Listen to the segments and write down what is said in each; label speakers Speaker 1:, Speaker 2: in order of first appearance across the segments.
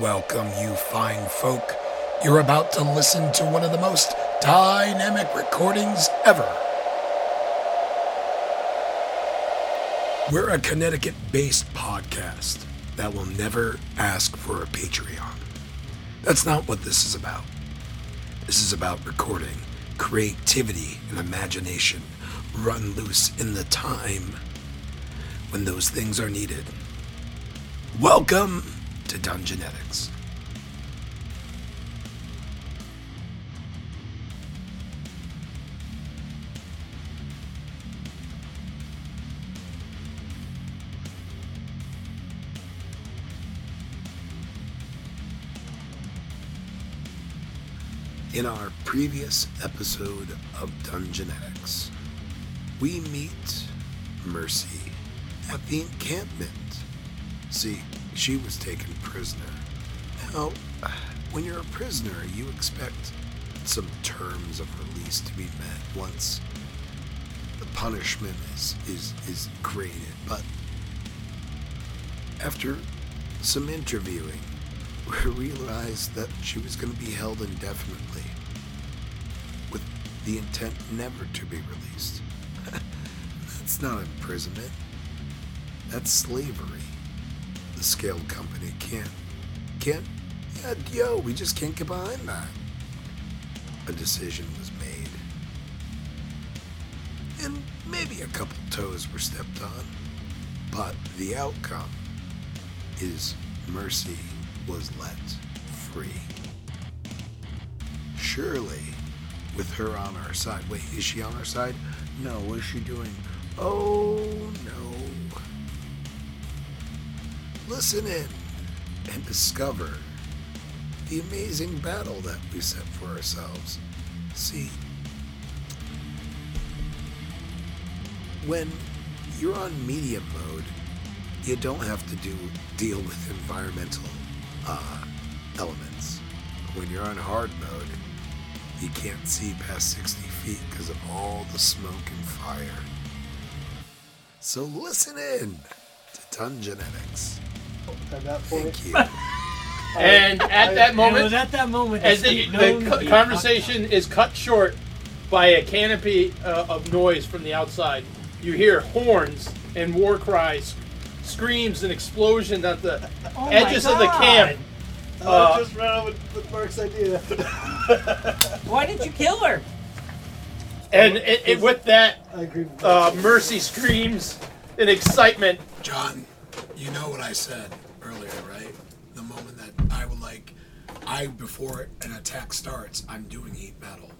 Speaker 1: Welcome, you fine folk. You're about to listen to one of the most dynamic recordings ever. We're a Connecticut based podcast that will never ask for a Patreon. That's not what this is about. This is about recording, creativity, and imagination run loose in the time when those things are needed. Welcome to Dungeonetics. In our previous episode of Dungeonetics, we meet Mercy at the encampment. See, she was taken prisoner. Now, when you're a prisoner, you expect some terms of release to be met once the punishment is, is, is created. But after some interviewing, we realized that she was going to be held indefinitely with the intent never to be released. That's not imprisonment. That's slavery. The scaled company can't, can't, yeah, yo, we just can't get behind that. A decision was made. And maybe a couple toes were stepped on. But the outcome is Mercy was let free. Surely, with her on our side. Wait, is she on our side? No, what is she doing? Oh no. Listen in and discover the amazing battle that we set for ourselves. See, when you're on medium mode, you don't have to do deal with environmental uh, elements. When you're on hard mode, you can't see past 60 feet because of all the smoke and fire. So listen in to Dungeonetics.
Speaker 2: at that point.
Speaker 1: Thank you.
Speaker 3: And at that
Speaker 4: It was
Speaker 3: moment,
Speaker 4: at that moment
Speaker 3: as
Speaker 4: that
Speaker 3: the,
Speaker 4: it known
Speaker 3: the
Speaker 4: to
Speaker 3: co-
Speaker 4: be
Speaker 3: conversation is cut short by a canopy uh, of noise from the outside, you hear horns and war cries, screams, and explosions at the
Speaker 4: Oh my
Speaker 3: edges of the
Speaker 4: God.
Speaker 3: camp.
Speaker 2: I just ran out with, with Mark's idea.
Speaker 4: Why did you kill her?
Speaker 3: And it, it, with that,
Speaker 2: I agree with
Speaker 3: uh, Mercy screams in excitement.
Speaker 1: John, you know what I said earlier, right? The moment that I would like, I before an attack starts, I'm doing heat metal.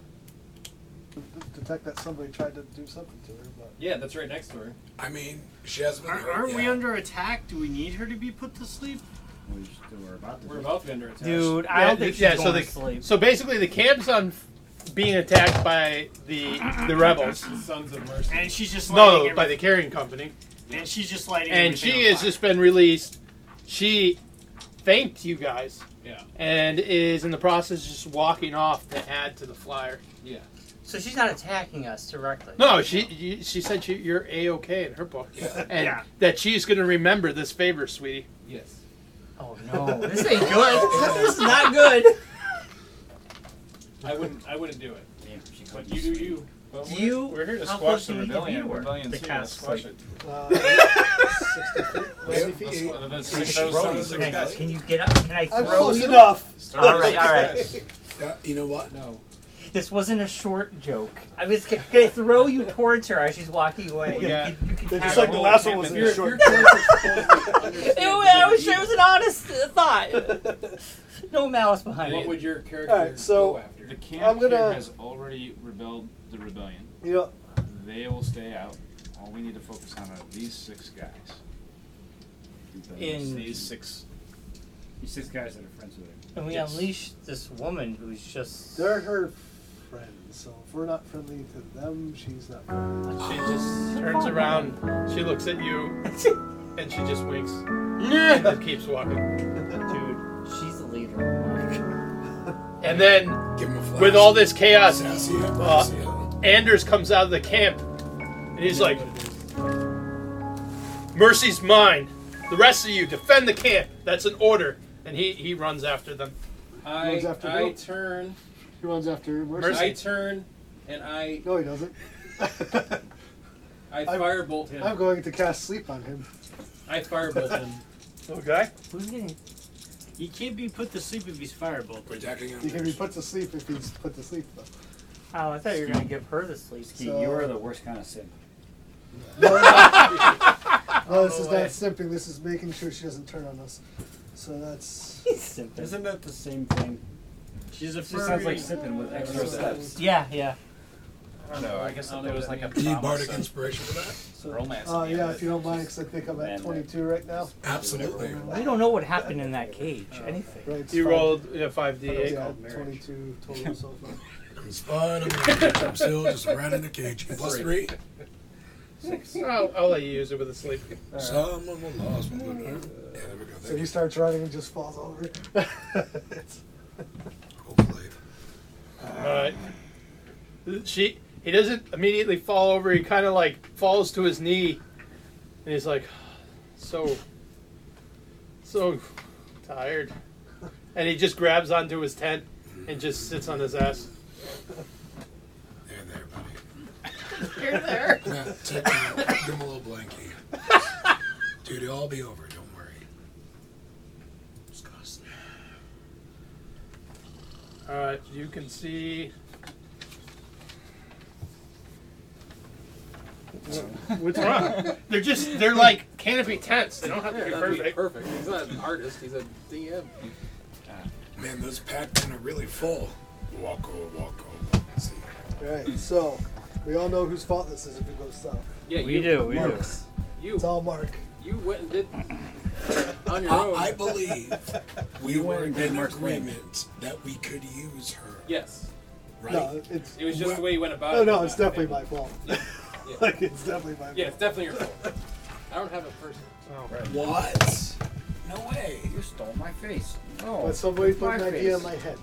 Speaker 2: that. Detect that somebody tried to do something to her, but
Speaker 5: Yeah, that's right next to her.
Speaker 1: I mean, she has been.
Speaker 6: Are, aren't we
Speaker 1: yeah.
Speaker 6: under attack? Do we need her to be put to sleep?
Speaker 5: We're both under attack.
Speaker 4: Dude, I don't think she's
Speaker 3: Yeah,
Speaker 4: going
Speaker 3: so
Speaker 4: to
Speaker 3: the-
Speaker 4: sleep.
Speaker 3: So basically, the camp's on being attacked by the the rebels.
Speaker 5: Sons of Mercy.
Speaker 6: And she's just lighting
Speaker 3: No, by the
Speaker 6: every-
Speaker 3: carrying company.
Speaker 6: and she's just lighting.
Speaker 3: and
Speaker 6: everything
Speaker 3: she
Speaker 6: on
Speaker 3: has
Speaker 6: fire.
Speaker 3: just been released. She thanked you guys
Speaker 5: yeah,
Speaker 3: and is in the process of just walking off to add to the flyer.
Speaker 5: yeah.
Speaker 7: So she's not attacking us directly.
Speaker 3: No, she you, she said she, you're a okay in her book, and
Speaker 6: Yeah.
Speaker 3: that she's going to remember this favor, sweetie.
Speaker 5: Yes.
Speaker 7: Oh no, this ain't good. this is not good.
Speaker 5: I wouldn't. I wouldn't do it. But you do you. But we're-
Speaker 7: You-
Speaker 5: We're here to
Speaker 7: how
Speaker 5: squash
Speaker 7: close
Speaker 5: the
Speaker 7: do you need to be
Speaker 5: rebellion.
Speaker 7: to her?
Speaker 5: Rebellion's
Speaker 7: The
Speaker 5: here. Let's
Speaker 7: cast,
Speaker 5: squash
Speaker 7: like-
Speaker 5: it.
Speaker 2: uh,
Speaker 1: Yeah.
Speaker 2: 60 feet. 80
Speaker 5: Let's
Speaker 2: feet.
Speaker 5: squ- let's
Speaker 1: Hey,
Speaker 5: squish those
Speaker 1: Sharon.
Speaker 5: sons of
Speaker 7: Can I,
Speaker 5: guys.
Speaker 7: can you get up? Can I
Speaker 2: I'm
Speaker 7: throw
Speaker 2: close
Speaker 7: you?
Speaker 2: enough.
Speaker 7: All right, all right.
Speaker 1: Yeah, you know what?
Speaker 5: No.
Speaker 7: This wasn't a short joke. I was can I throw you towards her as she's walking away.
Speaker 5: Yeah.
Speaker 7: You can, you can
Speaker 2: They're
Speaker 7: tap
Speaker 2: just like the
Speaker 7: her.
Speaker 2: last one was
Speaker 5: If
Speaker 2: in
Speaker 5: you're-
Speaker 2: a
Speaker 5: if
Speaker 2: short.
Speaker 7: It, was- I was, it was an honest uh, thought. No malice behind
Speaker 5: What
Speaker 7: it.
Speaker 5: would your character
Speaker 2: Alright, so-
Speaker 5: go after? The camp
Speaker 2: I'm gonna-
Speaker 5: here has already rebelled the rebellion.
Speaker 2: You know,
Speaker 5: They will stay out. All we need to focus on are these six guys.
Speaker 7: In-
Speaker 5: these six.
Speaker 8: These six guys that are friends with him.
Speaker 7: And we
Speaker 5: Yes.
Speaker 7: unleash this woman who's just.
Speaker 2: they're her friends, so if we're not friendly to them, she's not friendly.
Speaker 3: She just turns around, she looks at you, and she just winks and keeps walking.
Speaker 7: Dude, she's the leader.
Speaker 3: And then,
Speaker 1: Give him a flash.
Speaker 3: with all this chaos,
Speaker 1: sassy,
Speaker 3: Uh,
Speaker 1: sassy.
Speaker 3: Anders comes out of the camp and he's like, Mercy's mine. The rest of you defend the camp. That's an order. and he he runs after them.
Speaker 2: Runs
Speaker 8: I,
Speaker 2: after
Speaker 8: I
Speaker 2: Bill.
Speaker 8: turn,
Speaker 2: He runs after Mercy.
Speaker 8: I turn, and I,
Speaker 2: No, he doesn't.
Speaker 8: I
Speaker 2: I'm-
Speaker 8: firebolt him.
Speaker 2: I'm going to cast sleep on him.
Speaker 8: I firebolt him.
Speaker 3: Okay.
Speaker 7: Who's gonna?
Speaker 9: He can't be put to sleep if he's firebolted.
Speaker 1: Attacking him.
Speaker 2: He can be put to sleep if he's put to sleep, though.
Speaker 7: Oh, I thought you were gonna give her the sleep.
Speaker 8: Skeet,
Speaker 2: So-
Speaker 8: you are the worst kind of simp.
Speaker 2: No, Oh, this is
Speaker 8: way.
Speaker 2: not simping. This is making sure she doesn't turn on us. So that's.
Speaker 8: Isn't that the same thing?
Speaker 9: She's a
Speaker 8: It just sounds like
Speaker 9: furry.
Speaker 8: sipping with extra steps.
Speaker 7: Yeah, yeah.
Speaker 10: I don't know. I guess
Speaker 8: I
Speaker 5: Oh,
Speaker 8: don't
Speaker 10: there
Speaker 8: know
Speaker 10: was
Speaker 8: what
Speaker 10: like
Speaker 8: that
Speaker 10: a
Speaker 1: Do you need
Speaker 10: promise
Speaker 1: bardic
Speaker 10: of
Speaker 1: inspiration for that?
Speaker 10: romance.
Speaker 2: Oh,
Speaker 10: at the end
Speaker 2: yeah,
Speaker 10: of
Speaker 2: if
Speaker 10: it.
Speaker 2: you don't mind, because I think I'm at
Speaker 8: Man, that-
Speaker 2: 22 right now.
Speaker 1: Absolutely.
Speaker 7: We don't know what happened in that cage. Anything.
Speaker 2: Right, it's
Speaker 3: He
Speaker 2: fine.
Speaker 3: rolled a five d eight.
Speaker 9: Oh,
Speaker 2: Yeah, 22 total so far.
Speaker 1: It's fun. I'm, gonna- I'm still just right in the cage. Plus three.
Speaker 3: I'll, I'll let you use it with a sleep.
Speaker 1: Someone will lost. Yeah, there we go.
Speaker 2: So
Speaker 1: Thank
Speaker 2: he
Speaker 1: you.
Speaker 2: starts running and just falls over. It's-
Speaker 1: Hopefully.
Speaker 3: All right. Uh, She he doesn't immediately fall over. He kind of like falls to his knee, and he's like, so, so tired, and he just grabs onto his tent and just sits on his ass.
Speaker 1: There, there, buddy.
Speaker 11: You're there.
Speaker 1: Now, take him, give him a little blankie. Dude, it'll all be over. Don't worry. Disgusting.
Speaker 3: All right. You can see. What's wrong? they're just they're like canopy tents. They don't have to be perfect.
Speaker 5: perfect. He's not an artist. He's a DM.
Speaker 1: Man, those packmen are really full. Walk over, walk over. See.
Speaker 2: Right, so we all know whose fault this is if it goes south.
Speaker 5: Yeah,
Speaker 7: We
Speaker 5: you,
Speaker 7: do. We do.
Speaker 2: Mark's.
Speaker 5: You
Speaker 2: It's all Mark.
Speaker 5: you went and did on your
Speaker 1: I,
Speaker 5: own.
Speaker 1: I believe we were
Speaker 8: weren't good
Speaker 1: in
Speaker 8: Mark's way.
Speaker 1: agreement that we could use her,
Speaker 5: yes,
Speaker 1: right?
Speaker 2: No, it's.
Speaker 5: it was just the way you went about
Speaker 2: Oh,
Speaker 5: it.
Speaker 2: no, it's definitely my fault. like, it's definitely my fault.
Speaker 5: Yeah, it's definitely your fault. I don't have a person.
Speaker 1: What? No way.
Speaker 8: You stole my face.
Speaker 2: But
Speaker 8: No.
Speaker 2: somebody put
Speaker 8: My
Speaker 2: an idea in
Speaker 8: face.
Speaker 2: my head.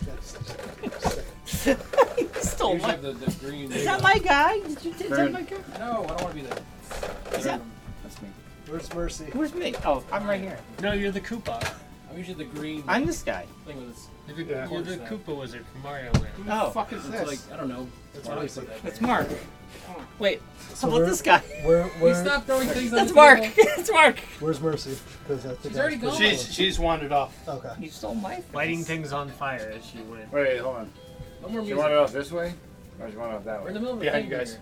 Speaker 2: That's
Speaker 11: Stole
Speaker 5: You
Speaker 11: my.
Speaker 8: Oh,
Speaker 5: have the, the green.
Speaker 11: Is that my guy? Did you, is that my guy?
Speaker 5: No, I don't want to be there.
Speaker 8: That's me.
Speaker 2: Where's Mercy?
Speaker 7: Where's me? Oh, I'm right here.
Speaker 9: No, you're the Koopa.
Speaker 5: I'm usually the green
Speaker 7: I'm this guy.
Speaker 5: thing with this.
Speaker 9: You're the,
Speaker 3: Yeah.
Speaker 9: you're the Koopa wizard from Mario Land.
Speaker 7: Oh,
Speaker 8: fuck is
Speaker 5: It's like I don't know.
Speaker 2: That's
Speaker 5: Why do I
Speaker 2: Mercy.
Speaker 5: put that
Speaker 7: It's
Speaker 5: there?
Speaker 7: Mark. Wait,
Speaker 2: So
Speaker 7: how about
Speaker 2: where-
Speaker 7: this guy?
Speaker 2: Where,
Speaker 5: We
Speaker 2: where,
Speaker 5: stopped throwing things on
Speaker 11: That's
Speaker 5: the
Speaker 11: Mark.
Speaker 5: table.
Speaker 11: It's Mark.
Speaker 2: where's Mercy? Because I think
Speaker 5: She's already
Speaker 2: I-
Speaker 5: gone.
Speaker 3: She's she's wandered off.
Speaker 2: Okay.
Speaker 7: You stole my face.
Speaker 9: Lighting things on fire as she went.
Speaker 8: Wait, hold on.
Speaker 5: No more
Speaker 8: Do you
Speaker 5: music.
Speaker 8: want it off this way? Or do you want it off that
Speaker 5: We're
Speaker 8: way?
Speaker 5: in the middle of a
Speaker 3: Yeah,
Speaker 5: thing
Speaker 3: you guys.
Speaker 5: here.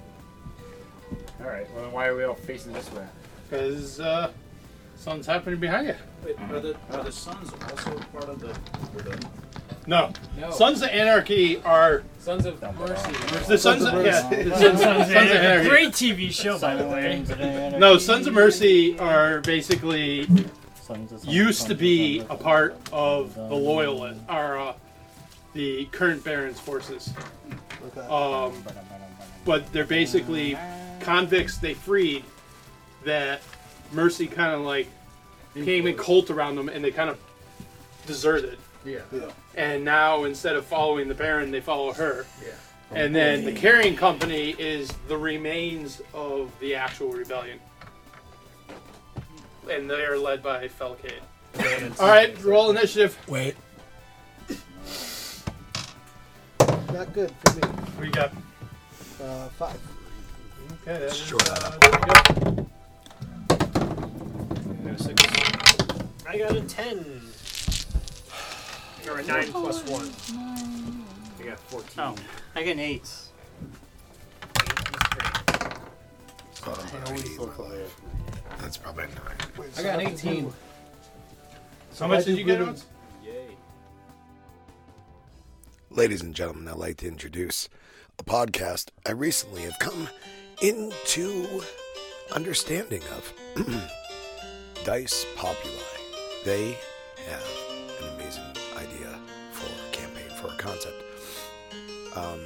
Speaker 8: Alright, well then why are we all facing this way?
Speaker 3: Because uh, something's happening behind you.
Speaker 12: Wait, are the, are the sons also part of the. We're done.
Speaker 3: No.
Speaker 5: No.
Speaker 3: Sons of Anarchy are.
Speaker 5: Sons of Mercy.
Speaker 3: The Sons of, yeah, the sons, sons of Anarchy.
Speaker 9: Great TV show, by the way.
Speaker 3: No, Sons of Mercy are basically used to be a part of the Loyalist, or uh, the current Baron's forces.
Speaker 2: Okay.
Speaker 3: Um, but they're basically convicts they freed that Mercy kind of like became a cult around them and they kind of deserted.
Speaker 5: Yeah.
Speaker 2: Yeah.
Speaker 3: And now instead of following the Baron, they follow her. And then the carrying company is the remains of the actual rebellion. And they are led by Felcade. All right, roll initiative.
Speaker 1: Wait.
Speaker 2: Not good for me.
Speaker 3: We got.
Speaker 2: Uh, five.
Speaker 3: Okay, that is,
Speaker 1: Sure.
Speaker 3: uh, there we go.
Speaker 9: I got a 10. Or a 9 plus 1. I got 14.
Speaker 7: Oh, I got an eight.
Speaker 1: Oh, That's probably nine.
Speaker 2: Wait,
Speaker 5: I
Speaker 2: so have
Speaker 5: got an
Speaker 2: to
Speaker 5: 18.
Speaker 2: do-
Speaker 3: So how much did you get on?
Speaker 1: Ladies and gentlemen, I'd like to introduce a podcast I recently have come into understanding of Dice Populi. They have an amazing idea for a campaign, for a concept. Um,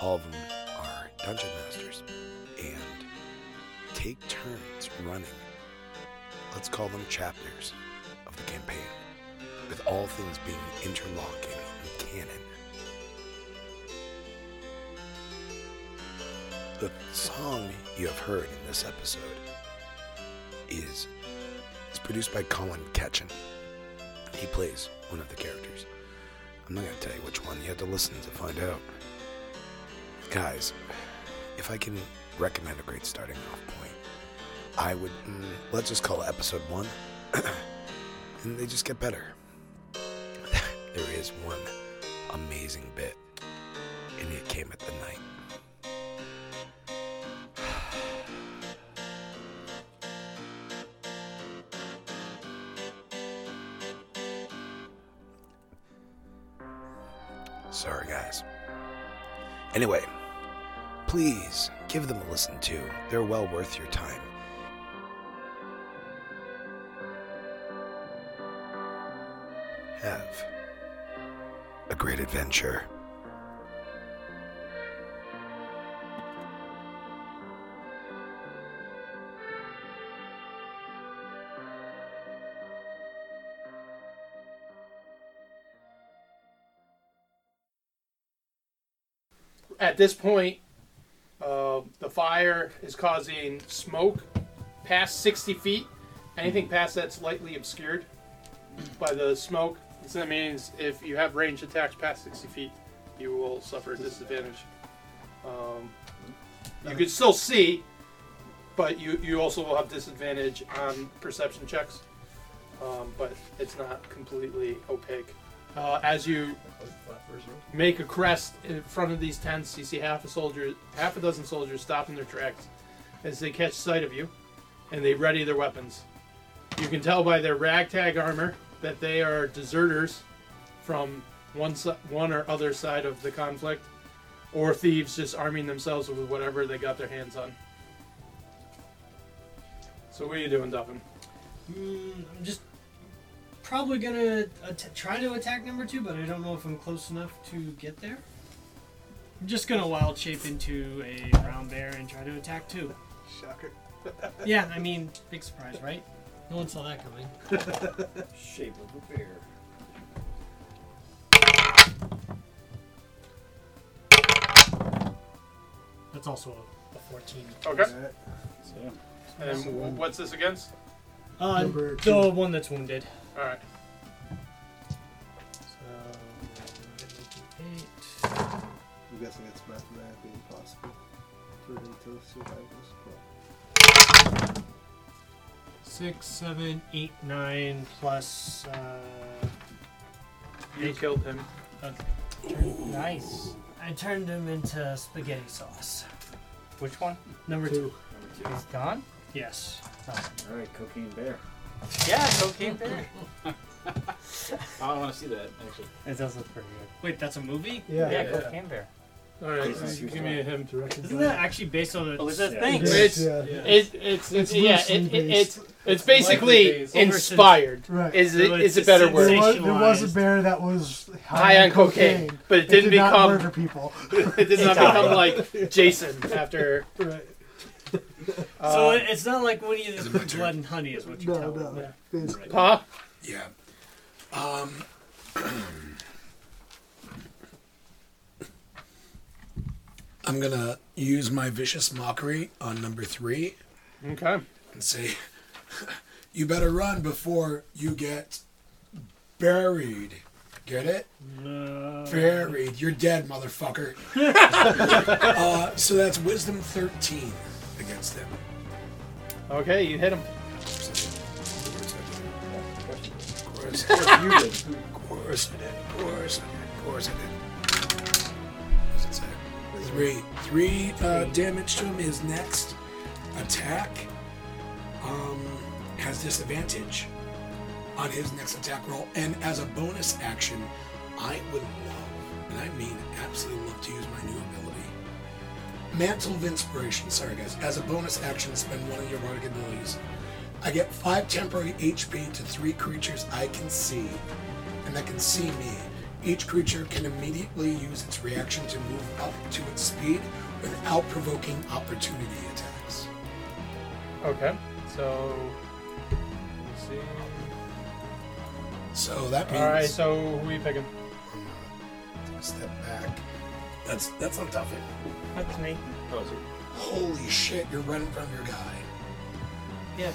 Speaker 1: all of them are dungeon masters and take turns running, let's call them chapters, of the campaign with all things being interlocking and canon. The song you have heard in this episode is, is produced by Colin Ketchen. He plays one of the characters. I'm not going to tell you which one. You have to listen to find out. Guys, if I can recommend a great starting off point, I would, mm, let's just call it episode one. and they just get better. there is one amazing bit, and it came at the night. Sorry, guys. Anyway, please give them a listen too. They're well worth your time. Have a great adventure.
Speaker 3: At this point, uh, the fire is causing smoke past 60 feet. Anything past that's lightly obscured by the smoke. So that means if you have range attacks past 60 feet, you will suffer a disadvantage. Um, you can still see, but you, you also will have disadvantage on perception checks. Um, but it's not completely opaque. Uh, as you make a crest in front of these tents. You see half a soldier, half a dozen soldiers stop in their tracks as they catch sight of you, and they ready their weapons. You can tell by their ragtag armor that they are deserters from one si- one or other side of the conflict, or thieves just arming themselves with whatever they got their hands on. So what are you doing, Duffin?
Speaker 9: Mm, I'm just probably gonna at- try to attack number two, but I don't know if I'm close enough to get there. I'm just gonna wild shape into a brown bear and try to attack two.
Speaker 2: Shocker.
Speaker 9: Yeah, I mean, big surprise, right? No one saw that coming.
Speaker 12: Shape of a bear.
Speaker 9: That's also a, a 14.
Speaker 3: Okay.
Speaker 2: Alright.
Speaker 12: So,
Speaker 3: And wh- what's this against?
Speaker 9: Uh,
Speaker 2: Number
Speaker 9: the one that's wounded.
Speaker 3: All right.
Speaker 9: So, eight.
Speaker 2: I'm guessing it's mathematically impossible for them to survive this. But
Speaker 9: Six, seven, eight, nine, plus. Uh,
Speaker 3: You killed him.
Speaker 7: Nice.
Speaker 9: I turned him into spaghetti sauce.
Speaker 7: Which one?
Speaker 9: Number two.
Speaker 7: He's gone?
Speaker 9: Yes.
Speaker 10: All right, cocaine bear.
Speaker 7: Yeah, cocaine bear.
Speaker 12: I want to see that actually.
Speaker 7: It does look pretty good.
Speaker 9: Wait, that's a movie?
Speaker 2: yeah,
Speaker 7: Yeah,
Speaker 2: yeah.
Speaker 7: cocaine bear.
Speaker 3: All right.
Speaker 10: Jesus.
Speaker 3: Give me a him to
Speaker 9: Isn't that actually based on a.
Speaker 7: Oh, is that
Speaker 10: Yeah.
Speaker 7: thing?
Speaker 2: Yes,
Speaker 3: It's-
Speaker 2: yeah.
Speaker 3: It, it's, it's,
Speaker 2: It's
Speaker 3: yeah,
Speaker 2: loosely
Speaker 3: it, it,
Speaker 2: based.
Speaker 3: it's it's basically
Speaker 12: based.
Speaker 3: inspired.
Speaker 2: Right.
Speaker 3: Is it
Speaker 9: So
Speaker 3: is a
Speaker 9: it's
Speaker 3: better
Speaker 9: a
Speaker 2: there,
Speaker 3: word?
Speaker 9: sensation.
Speaker 2: was, there was a
Speaker 9: sensationalized.
Speaker 2: bear that was
Speaker 3: High on cocaine, but it
Speaker 2: It
Speaker 3: didn't
Speaker 2: did not
Speaker 3: become
Speaker 2: murder people.
Speaker 3: it did not
Speaker 7: died.
Speaker 3: become like Jason after.
Speaker 2: right.
Speaker 9: so
Speaker 3: Uh,
Speaker 9: it- it's not like Winnie the
Speaker 1: Is it
Speaker 9: Pooh
Speaker 1: my turn?
Speaker 9: Blood and Honey is what you
Speaker 2: No,
Speaker 9: tell me.
Speaker 2: no. It's-
Speaker 3: huh?
Speaker 1: Yeah. Um. I'm gonna use my vicious mockery on number three
Speaker 3: Okay.
Speaker 1: and say, "You better run before you get buried." Get it? Buried. You're dead, motherfucker. uh, so that's wisdom 13 against them.
Speaker 3: Okay, you hit him.
Speaker 1: Course I did. Course I did. Course I did. Course I did. What's it say? Three. Three uh, damage to him. His next attack um, has disadvantage on his next attack roll. And as a bonus action, I would love, and I mean absolutely love to use my new ability. Mantle of Inspiration. Sorry, guys. As a bonus action, spend one of your bardic abilities. I get five temporary HP to three creatures I can see, and that can see me. Each creature can immediately use its reaction to move up to its speed without provoking opportunity attacks.
Speaker 3: Okay. So. Let's see.
Speaker 1: So that means
Speaker 3: All right. So who are you picking?
Speaker 1: step back. That's that's not tough.
Speaker 7: That's me.
Speaker 1: Holy shit! You're running from your guy.
Speaker 7: Yes.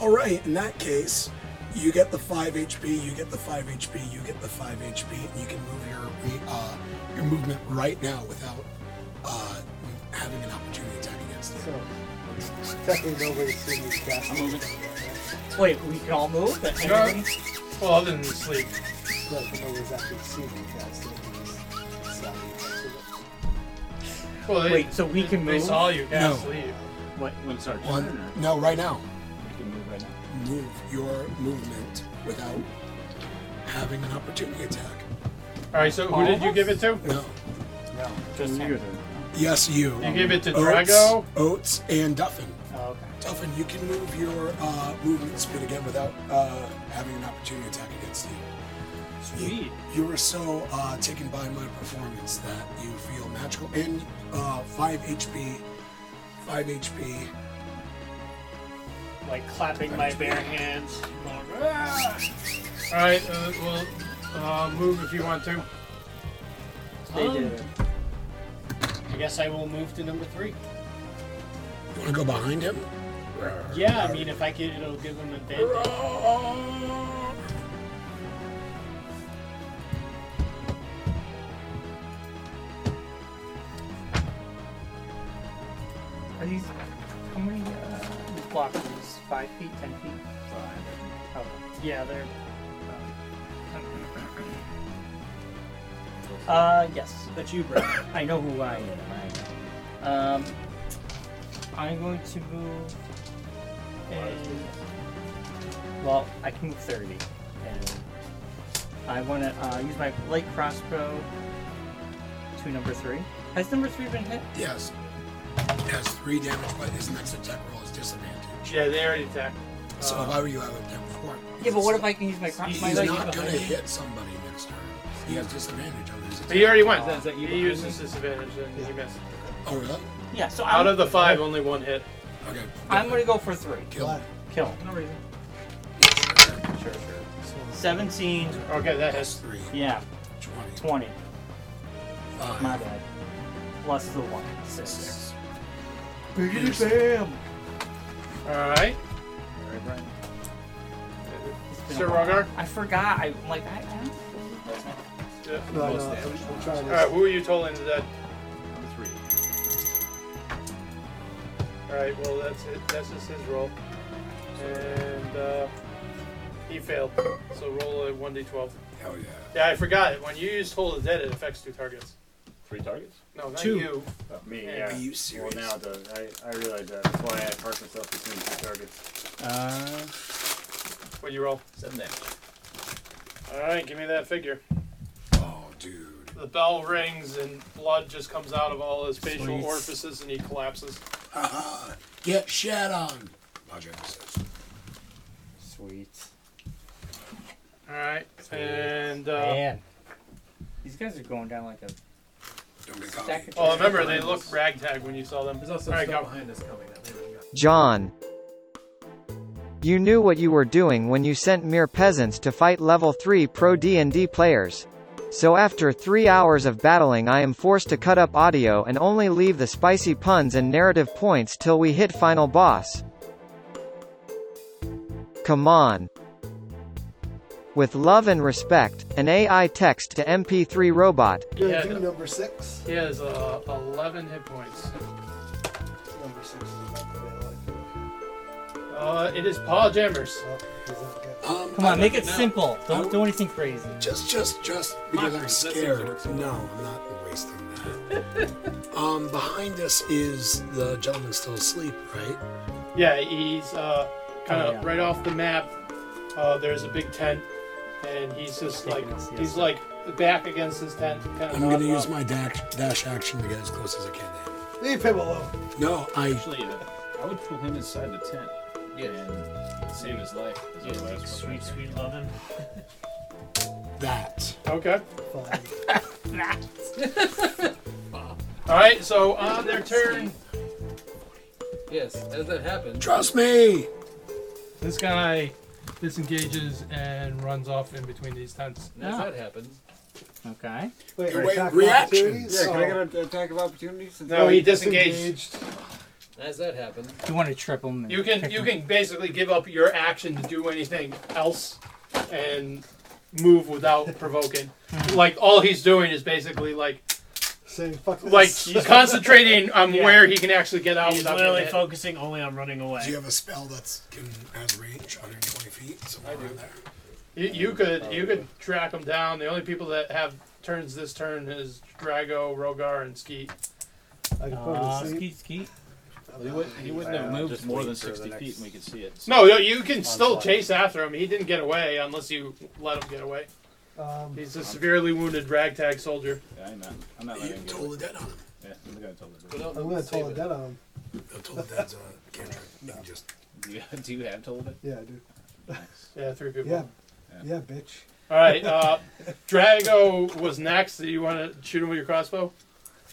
Speaker 1: All right, in that case, You get the five HP. You get the five HP. You get the five HP. And you can move your re- uh, your movement right now without uh, having an opportunity attack against it.
Speaker 2: Technically, nobody's seen these cast.
Speaker 6: I'm moving.
Speaker 7: Wait, we can all move? That's
Speaker 3: Sure.
Speaker 7: everybody?
Speaker 3: Well, other than sleep.
Speaker 2: Right, nobody's actually seen these cast. Nobody's seen these cast.
Speaker 3: Well, they,
Speaker 7: Wait, so we can
Speaker 3: they
Speaker 7: move?
Speaker 3: saw you cast
Speaker 1: No.
Speaker 3: sleep.
Speaker 7: What?
Speaker 6: When it's our turn,
Speaker 1: One.
Speaker 6: or
Speaker 1: No, right now.
Speaker 6: we can move right now.
Speaker 1: Move your movement without having an opportunity attack.
Speaker 3: All right, so who
Speaker 7: All
Speaker 3: did
Speaker 7: of
Speaker 3: you
Speaker 7: us?
Speaker 3: give it to?
Speaker 1: No.
Speaker 7: No.
Speaker 6: Just you then.
Speaker 1: Yes, you.
Speaker 3: You gave it to
Speaker 1: Oats,
Speaker 3: Drago.
Speaker 1: Oats and Duffin.
Speaker 7: Oh, okay.
Speaker 1: Duffin, you can move your uh, movement speed again without uh, having an opportunity attack against you.
Speaker 3: Sweet.
Speaker 1: You were so uh, taken by my performance that you feel magical and uh, 5 HP, 5 HP.
Speaker 7: Like clapping my bare hands.
Speaker 3: All right, uh, well, uh, move if you want to.
Speaker 7: They did. I guess I will move to number three.
Speaker 1: You want to go behind him?
Speaker 7: Yeah, I mean, if I can, it'll give them advantage. Are these how many uh, blocks? Are these five feet, ten feet? Five. Oh, yeah, they're. Uh, yes, but you, bro. I know who I am. I Um, I'm going to move. And, well, I can move 30. And I want to uh, use my light crossbow to number three. Has number three been hit?
Speaker 1: Yes. It has 3 damage, but his next attack roll is disadvantage.
Speaker 3: Yeah, they already attacked. Uh,
Speaker 1: So if I were you, I would attempt 4.
Speaker 7: Yeah, but what if I can use my crossbow?
Speaker 1: He's not going to hit somebody next turn. He has disadvantage on his attack.
Speaker 3: He already went.
Speaker 7: Oh, is that you
Speaker 3: he
Speaker 7: behind
Speaker 3: used his disadvantage and he missed.
Speaker 1: Oh, really?
Speaker 7: Yeah, so
Speaker 3: Out
Speaker 7: I'm,
Speaker 3: of the five, only one hit.
Speaker 1: Okay.
Speaker 7: I'm gonna go for three.
Speaker 1: kill him.
Speaker 7: Kill.
Speaker 13: No reason.
Speaker 7: Sure, sure. 17.
Speaker 3: Okay, that
Speaker 1: That's
Speaker 3: hits.
Speaker 1: 3.
Speaker 7: Yeah,
Speaker 1: 20.
Speaker 7: 20.
Speaker 1: Five.
Speaker 7: My bad. Plus the one. Six.
Speaker 1: Six.
Speaker 7: Biggity bam!
Speaker 3: All right,
Speaker 6: All right, Brian.
Speaker 3: Sir Rogar.
Speaker 7: I forgot. I'm like, I, I don't
Speaker 3: Yeah.
Speaker 2: No,
Speaker 5: Close
Speaker 2: no, uh,
Speaker 5: damage.
Speaker 2: I'm, I'm trying
Speaker 3: All
Speaker 2: to.
Speaker 3: right, who are you totaling to that?
Speaker 5: Number three.
Speaker 3: All right, well that's it. That's just his roll, and uh, he failed. So roll a one d twelve.
Speaker 1: Hell yeah.
Speaker 3: Yeah, I forgot. it. When you use hold the dead, it affects two targets.
Speaker 5: Three targets?
Speaker 3: No, not
Speaker 13: Two.
Speaker 3: you.
Speaker 10: Oh, me,
Speaker 3: Yeah.
Speaker 10: yeah.
Speaker 1: Are you
Speaker 10: Well,
Speaker 1: serious?
Speaker 10: now it does. I, I realize that. That's why I parked myself between two targets.
Speaker 7: Uh,
Speaker 3: What you roll?
Speaker 5: Seven damage.
Speaker 3: All right, give me that figure.
Speaker 1: Oh, dude.
Speaker 3: The bell rings and blood just comes out of all his facial
Speaker 7: Sweet.
Speaker 3: orifices and he collapses.
Speaker 1: Haha. Get shat on. Roger says.
Speaker 7: sweet.
Speaker 3: All right, and uh,
Speaker 7: Man. These guys are going down like a
Speaker 1: Don't get
Speaker 7: stack
Speaker 1: cocky.
Speaker 7: of
Speaker 3: well, oh, remember they looked ragtag when you saw them.
Speaker 5: There's also
Speaker 3: All right,
Speaker 5: stuff
Speaker 3: go.
Speaker 5: behind us coming. That we don't
Speaker 9: John. You knew what you were doing when you sent mere peasants to fight level 3 pro D&D players. So after 3 hours of battling I am forced to cut up audio and only leave the spicy puns and narrative points till we hit final boss. Come on. With love and respect, an AI text to MP3 robot,
Speaker 2: You're
Speaker 3: Yeah,
Speaker 2: gonna
Speaker 3: no.
Speaker 2: do number six.
Speaker 3: He has uh, 11 hit points.
Speaker 2: Number six is about the middle, I think.
Speaker 3: Uh, it is Paul Jammers.
Speaker 2: Well, he's not good.
Speaker 1: Um,
Speaker 7: Come on,
Speaker 1: I
Speaker 7: make
Speaker 1: don't
Speaker 7: it
Speaker 1: know.
Speaker 7: simple.
Speaker 1: I
Speaker 7: Don't
Speaker 1: don't-
Speaker 7: do anything crazy.
Speaker 1: Just, just, just because
Speaker 5: Mockery,
Speaker 1: I'm
Speaker 5: that seems to
Speaker 1: scared.
Speaker 5: work so
Speaker 1: No, I'm not wasting that. um, behind us is the gentleman still asleep, right?
Speaker 3: Yeah, he's uh, kind of
Speaker 7: Oh, yeah.
Speaker 3: right off the map. Uh, there's a big tent, and he's just like
Speaker 7: Taking a siesta.
Speaker 3: he's like back against his tent. Kind of
Speaker 1: I'm gonna use my dash, dash action to get as close as I can to him.
Speaker 2: Leave him alone.
Speaker 1: No, I.
Speaker 5: Actually, uh, I would pull him inside the tent. And save his life. Yeah,
Speaker 7: Sweet, sweet loving.
Speaker 1: That.
Speaker 3: Okay.
Speaker 2: Fine.
Speaker 3: All right. So on their turn,
Speaker 5: Yes, as that happens,
Speaker 1: Trust me!
Speaker 3: this guy disengages and runs off in between these tents.
Speaker 5: and as that happens,
Speaker 7: Okay.
Speaker 2: Wait,
Speaker 1: Wait,
Speaker 2: attack
Speaker 1: reaction.
Speaker 2: opportunities?
Speaker 10: Yeah, can I
Speaker 2: Oh.
Speaker 10: get an attack of opportunity? Since
Speaker 3: No,
Speaker 2: Oh,
Speaker 3: he disengaged.
Speaker 2: disengaged.
Speaker 14: As that happened,
Speaker 7: You want to trip them.
Speaker 3: You can you can basically give up your action to do anything else and move without provoking. Like all he's doing is basically like
Speaker 2: Oh, saying fuck this.
Speaker 3: like he's concentrating on
Speaker 9: Yeah.
Speaker 3: where he can actually get out
Speaker 9: He's
Speaker 3: without
Speaker 9: literally
Speaker 3: getting hit.
Speaker 9: focusing only on running away.
Speaker 6: Do you have a spell that's can has range 120 feet? Somewhere I do. There.
Speaker 3: You, you could you could track them down. The only people that have turns this turn is Drago, Rogar, and Skeet.
Speaker 2: I
Speaker 7: can probably Uh, see. Skeet, Skeet.
Speaker 12: He, would, he wouldn't have
Speaker 10: Uh,
Speaker 12: moved
Speaker 10: just
Speaker 12: more
Speaker 10: wait
Speaker 12: than
Speaker 10: for the
Speaker 12: 60 feet
Speaker 10: next-
Speaker 12: and we could see it.
Speaker 3: No, no, you can
Speaker 12: On
Speaker 3: still
Speaker 12: fly.
Speaker 3: chase after him. He didn't get away unless you let him get away.
Speaker 2: Um,
Speaker 3: He's a severely wounded ragtag soldier.
Speaker 10: Yeah, I'm not. I'm not letting him get
Speaker 6: Toll the dead on him.
Speaker 10: Yeah, I'm gonna toll the
Speaker 2: I'm gonna toll the dead on him.
Speaker 6: No, toll the dead's a cantrip. You can just
Speaker 10: Do you, do you have told it?
Speaker 2: Yeah, I do.
Speaker 3: Yeah, three people.
Speaker 2: Yeah. Yeah, bitch.
Speaker 3: All right, uh, Drago was next. Do you want to shoot him with your crossbow?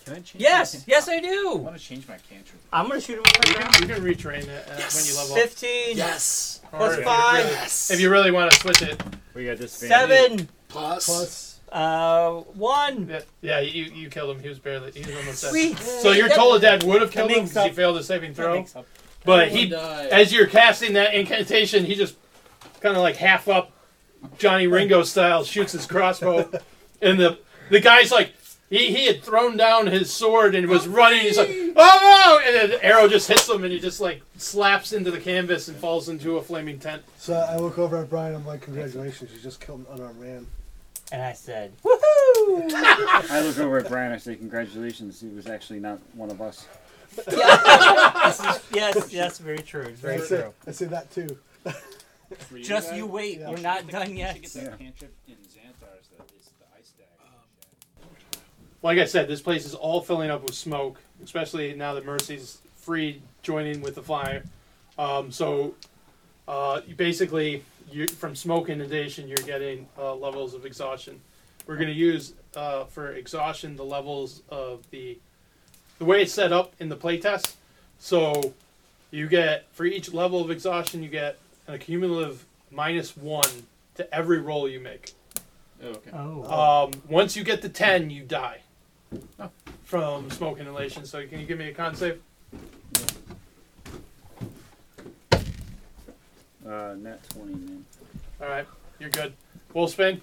Speaker 10: Can I change?
Speaker 11: Yes, yes, I do. I
Speaker 10: want to change my cantrip.
Speaker 11: I'm gonna shoot him with my
Speaker 3: You can, you can retrain it uh, when you level up.
Speaker 11: 15.
Speaker 6: Yes.
Speaker 3: Or
Speaker 11: Plus
Speaker 3: if you
Speaker 11: 5.
Speaker 3: really- If you really want to switch it.
Speaker 10: We got this.
Speaker 11: 7.
Speaker 6: Plus.
Speaker 2: Plus.
Speaker 11: Uh, 1.
Speaker 3: Yeah, yeah you, you killed him. He was barely. He was almost dead.
Speaker 11: Sweet.
Speaker 3: So your Tola Dad would have killed
Speaker 11: That
Speaker 3: him
Speaker 11: makes
Speaker 3: because he
Speaker 11: up-
Speaker 3: failed a saving
Speaker 11: that
Speaker 3: throw.
Speaker 11: makes up.
Speaker 3: But
Speaker 14: Everyone
Speaker 3: he,
Speaker 14: dies.
Speaker 3: as you're casting that incantation, he just kind of like half up, Johnny Ringo style, shoots his crossbow, and the the guy's like. He, he had thrown down his sword and was running. He's like, oh no! And then the arrow just hits him, and he just like slaps into the canvas and falls into a flaming tent.
Speaker 2: So I look over at Brian. I'm like, congratulations, you just killed an unarmed man.
Speaker 7: And I said,
Speaker 10: I look over at Brian. I say, "Congratulations! He was actually not one of us."
Speaker 7: yes, yes, yes, very true. It's
Speaker 2: I
Speaker 7: very
Speaker 2: say,
Speaker 7: true.
Speaker 2: I say that too.
Speaker 7: Just you wait.
Speaker 2: Yeah.
Speaker 7: We're not done yet.
Speaker 10: You should get that cantrip in Xanthar's. That is the ice stack.
Speaker 3: Like I said, this place is all filling up with smoke, especially now that Mercy's free joining with the fire. Um, so, uh, you basically, you, from smoke inundation, you're getting uh, levels of exhaustion. We're going to use uh, for exhaustion the levels of the the way it's set up in the playtest. So, you get for each level of exhaustion, you get a cumulative minus one to every roll you make.
Speaker 12: Oh, okay.
Speaker 3: Um, once you get to 10, you die from smoke inhalation. So, can you give me a con save?
Speaker 10: Uh, net twenty, man.
Speaker 3: All right, you're good. Wolfsbane,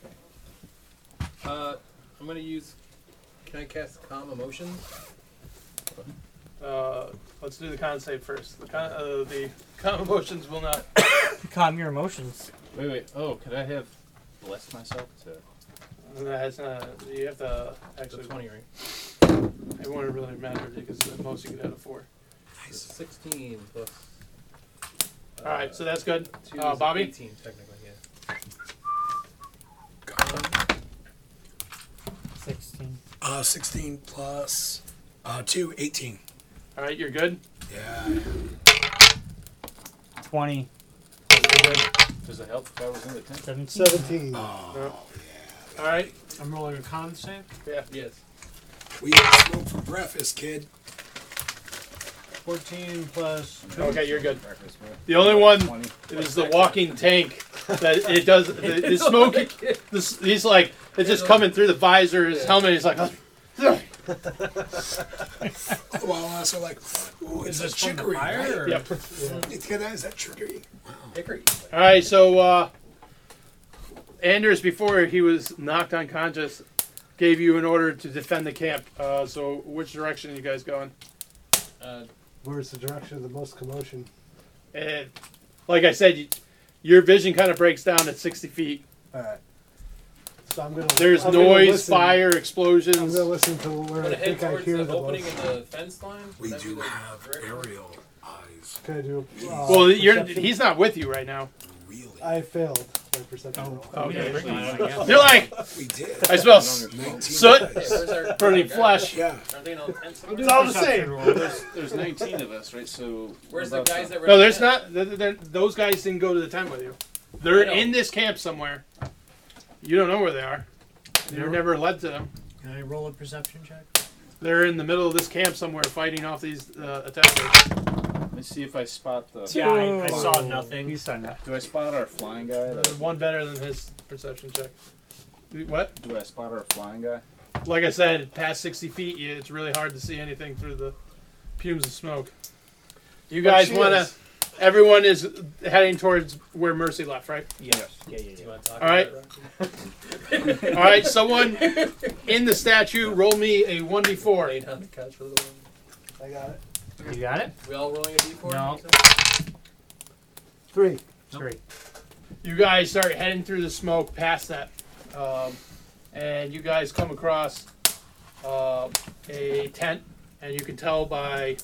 Speaker 14: Uh, I'm gonna use. Can I cast calm emotions?
Speaker 3: uh, let's do the con save first. The con, uh, the con emotions will not.
Speaker 7: Calm your emotions.
Speaker 12: Wait, wait. Oh, could I have blessed myself to.
Speaker 3: That's not. You have to actually.
Speaker 14: It's a 20, right?
Speaker 3: It wouldn't really matter because the most you could have a four.
Speaker 14: Nice. 16 plus. uh,
Speaker 3: All right, so that's good.
Speaker 14: Two
Speaker 3: Uh,
Speaker 14: is
Speaker 3: Bobby?
Speaker 14: 18 technically, yeah.
Speaker 7: 16.
Speaker 6: Uh, 16 plus uh, 2, 18.
Speaker 3: All right, you're good.
Speaker 6: Yeah.
Speaker 7: 20.
Speaker 12: Does it help if I was in the tent?
Speaker 7: 17.
Speaker 2: 17.
Speaker 3: No. All right.
Speaker 9: I'm rolling a con save.
Speaker 3: Yeah.
Speaker 14: Yes.
Speaker 6: We got smoke for breakfast, kid.
Speaker 9: 14 plus.
Speaker 3: Okay, you're good.
Speaker 10: Breakfast, bro.
Speaker 3: The only one
Speaker 10: 20.
Speaker 3: is the walking tank that it does the, the smoke. This he's like it's just coming through the visor. His helmet. He's like,
Speaker 6: The wild ass are like, ooh, it's
Speaker 9: Is
Speaker 6: a
Speaker 9: this from the
Speaker 6: chicory.
Speaker 9: fire,
Speaker 6: right?
Speaker 9: or-
Speaker 3: yep.
Speaker 6: It's got that, is that chicory?
Speaker 14: Hickory.
Speaker 3: All right, so uh, Anders, before he was knocked unconscious, gave you an order to defend the camp. Uh, so which direction are you guys going?
Speaker 14: Uh,
Speaker 2: Where's the direction of the most commotion?
Speaker 3: And like I said, you, your vision kind of breaks down at 60 feet.
Speaker 2: All right. So I'm gonna.
Speaker 3: There's
Speaker 2: I'm gonna
Speaker 3: noise,
Speaker 2: listen.
Speaker 3: fire,
Speaker 2: I'm
Speaker 3: explosions.
Speaker 2: gonna listen to where
Speaker 14: I'm
Speaker 2: I
Speaker 14: gonna head
Speaker 2: think I
Speaker 14: towards
Speaker 2: hear
Speaker 14: the,
Speaker 2: the
Speaker 14: opening
Speaker 2: most.
Speaker 14: of the fence line.
Speaker 6: We
Speaker 14: That'd be
Speaker 6: do
Speaker 14: the
Speaker 6: have
Speaker 14: direct one.
Speaker 6: aerial eyes.
Speaker 2: Can I do? Uh,
Speaker 3: Well, you're,
Speaker 2: perception?
Speaker 3: he's not with you right now.
Speaker 6: Really?
Speaker 2: I failed my
Speaker 5: Oh,
Speaker 2: perception roll.
Speaker 3: Okay.
Speaker 7: Actually,
Speaker 3: You're like,
Speaker 6: We did. Uh,
Speaker 3: I smell soot,
Speaker 14: Hey, where's our-
Speaker 3: burning
Speaker 14: our
Speaker 3: flesh.
Speaker 6: Yeah.
Speaker 14: guys? Are they not tents?
Speaker 3: It's all the same.
Speaker 12: There's, there's 19 of us, right? So.
Speaker 14: Where's the
Speaker 12: about
Speaker 14: guys that were
Speaker 3: No,
Speaker 14: in the
Speaker 3: there's
Speaker 14: tent?
Speaker 3: not. th th th- those guys didn't go to the tent with you. They're
Speaker 14: I know.
Speaker 3: in this camp somewhere. You don't know where they are. You were never led to them.
Speaker 9: Can I roll a perception check?
Speaker 3: They're in the middle of this camp somewhere, fighting off these uh, attackers.
Speaker 12: Let me see if I spot the.
Speaker 7: Yeah, I, I saw
Speaker 9: Two.
Speaker 7: nothing. You saw nothing.
Speaker 12: Do I spot our flying guy?
Speaker 3: There's
Speaker 12: The,
Speaker 3: One better than his perception check. What?
Speaker 12: do I spot our flying guy?
Speaker 3: Like I said, past 60 feet, you, it's really hard to see anything through the fumes of smoke. You
Speaker 14: But
Speaker 3: guys
Speaker 14: she
Speaker 3: want to?
Speaker 14: is.
Speaker 3: Everyone is heading towards where Mercy left, right?
Speaker 14: Yes. Yeah, yeah, yeah.
Speaker 3: All right. All right. Someone in the statue, roll me a one d four. I
Speaker 5: oh.
Speaker 2: I got it.
Speaker 7: You got it.
Speaker 14: We all rolling a d4?
Speaker 7: No.
Speaker 2: Three.
Speaker 7: Three.
Speaker 3: You guys start heading through the smoke past that, um, and you guys come across uh, a tent, and you can tell by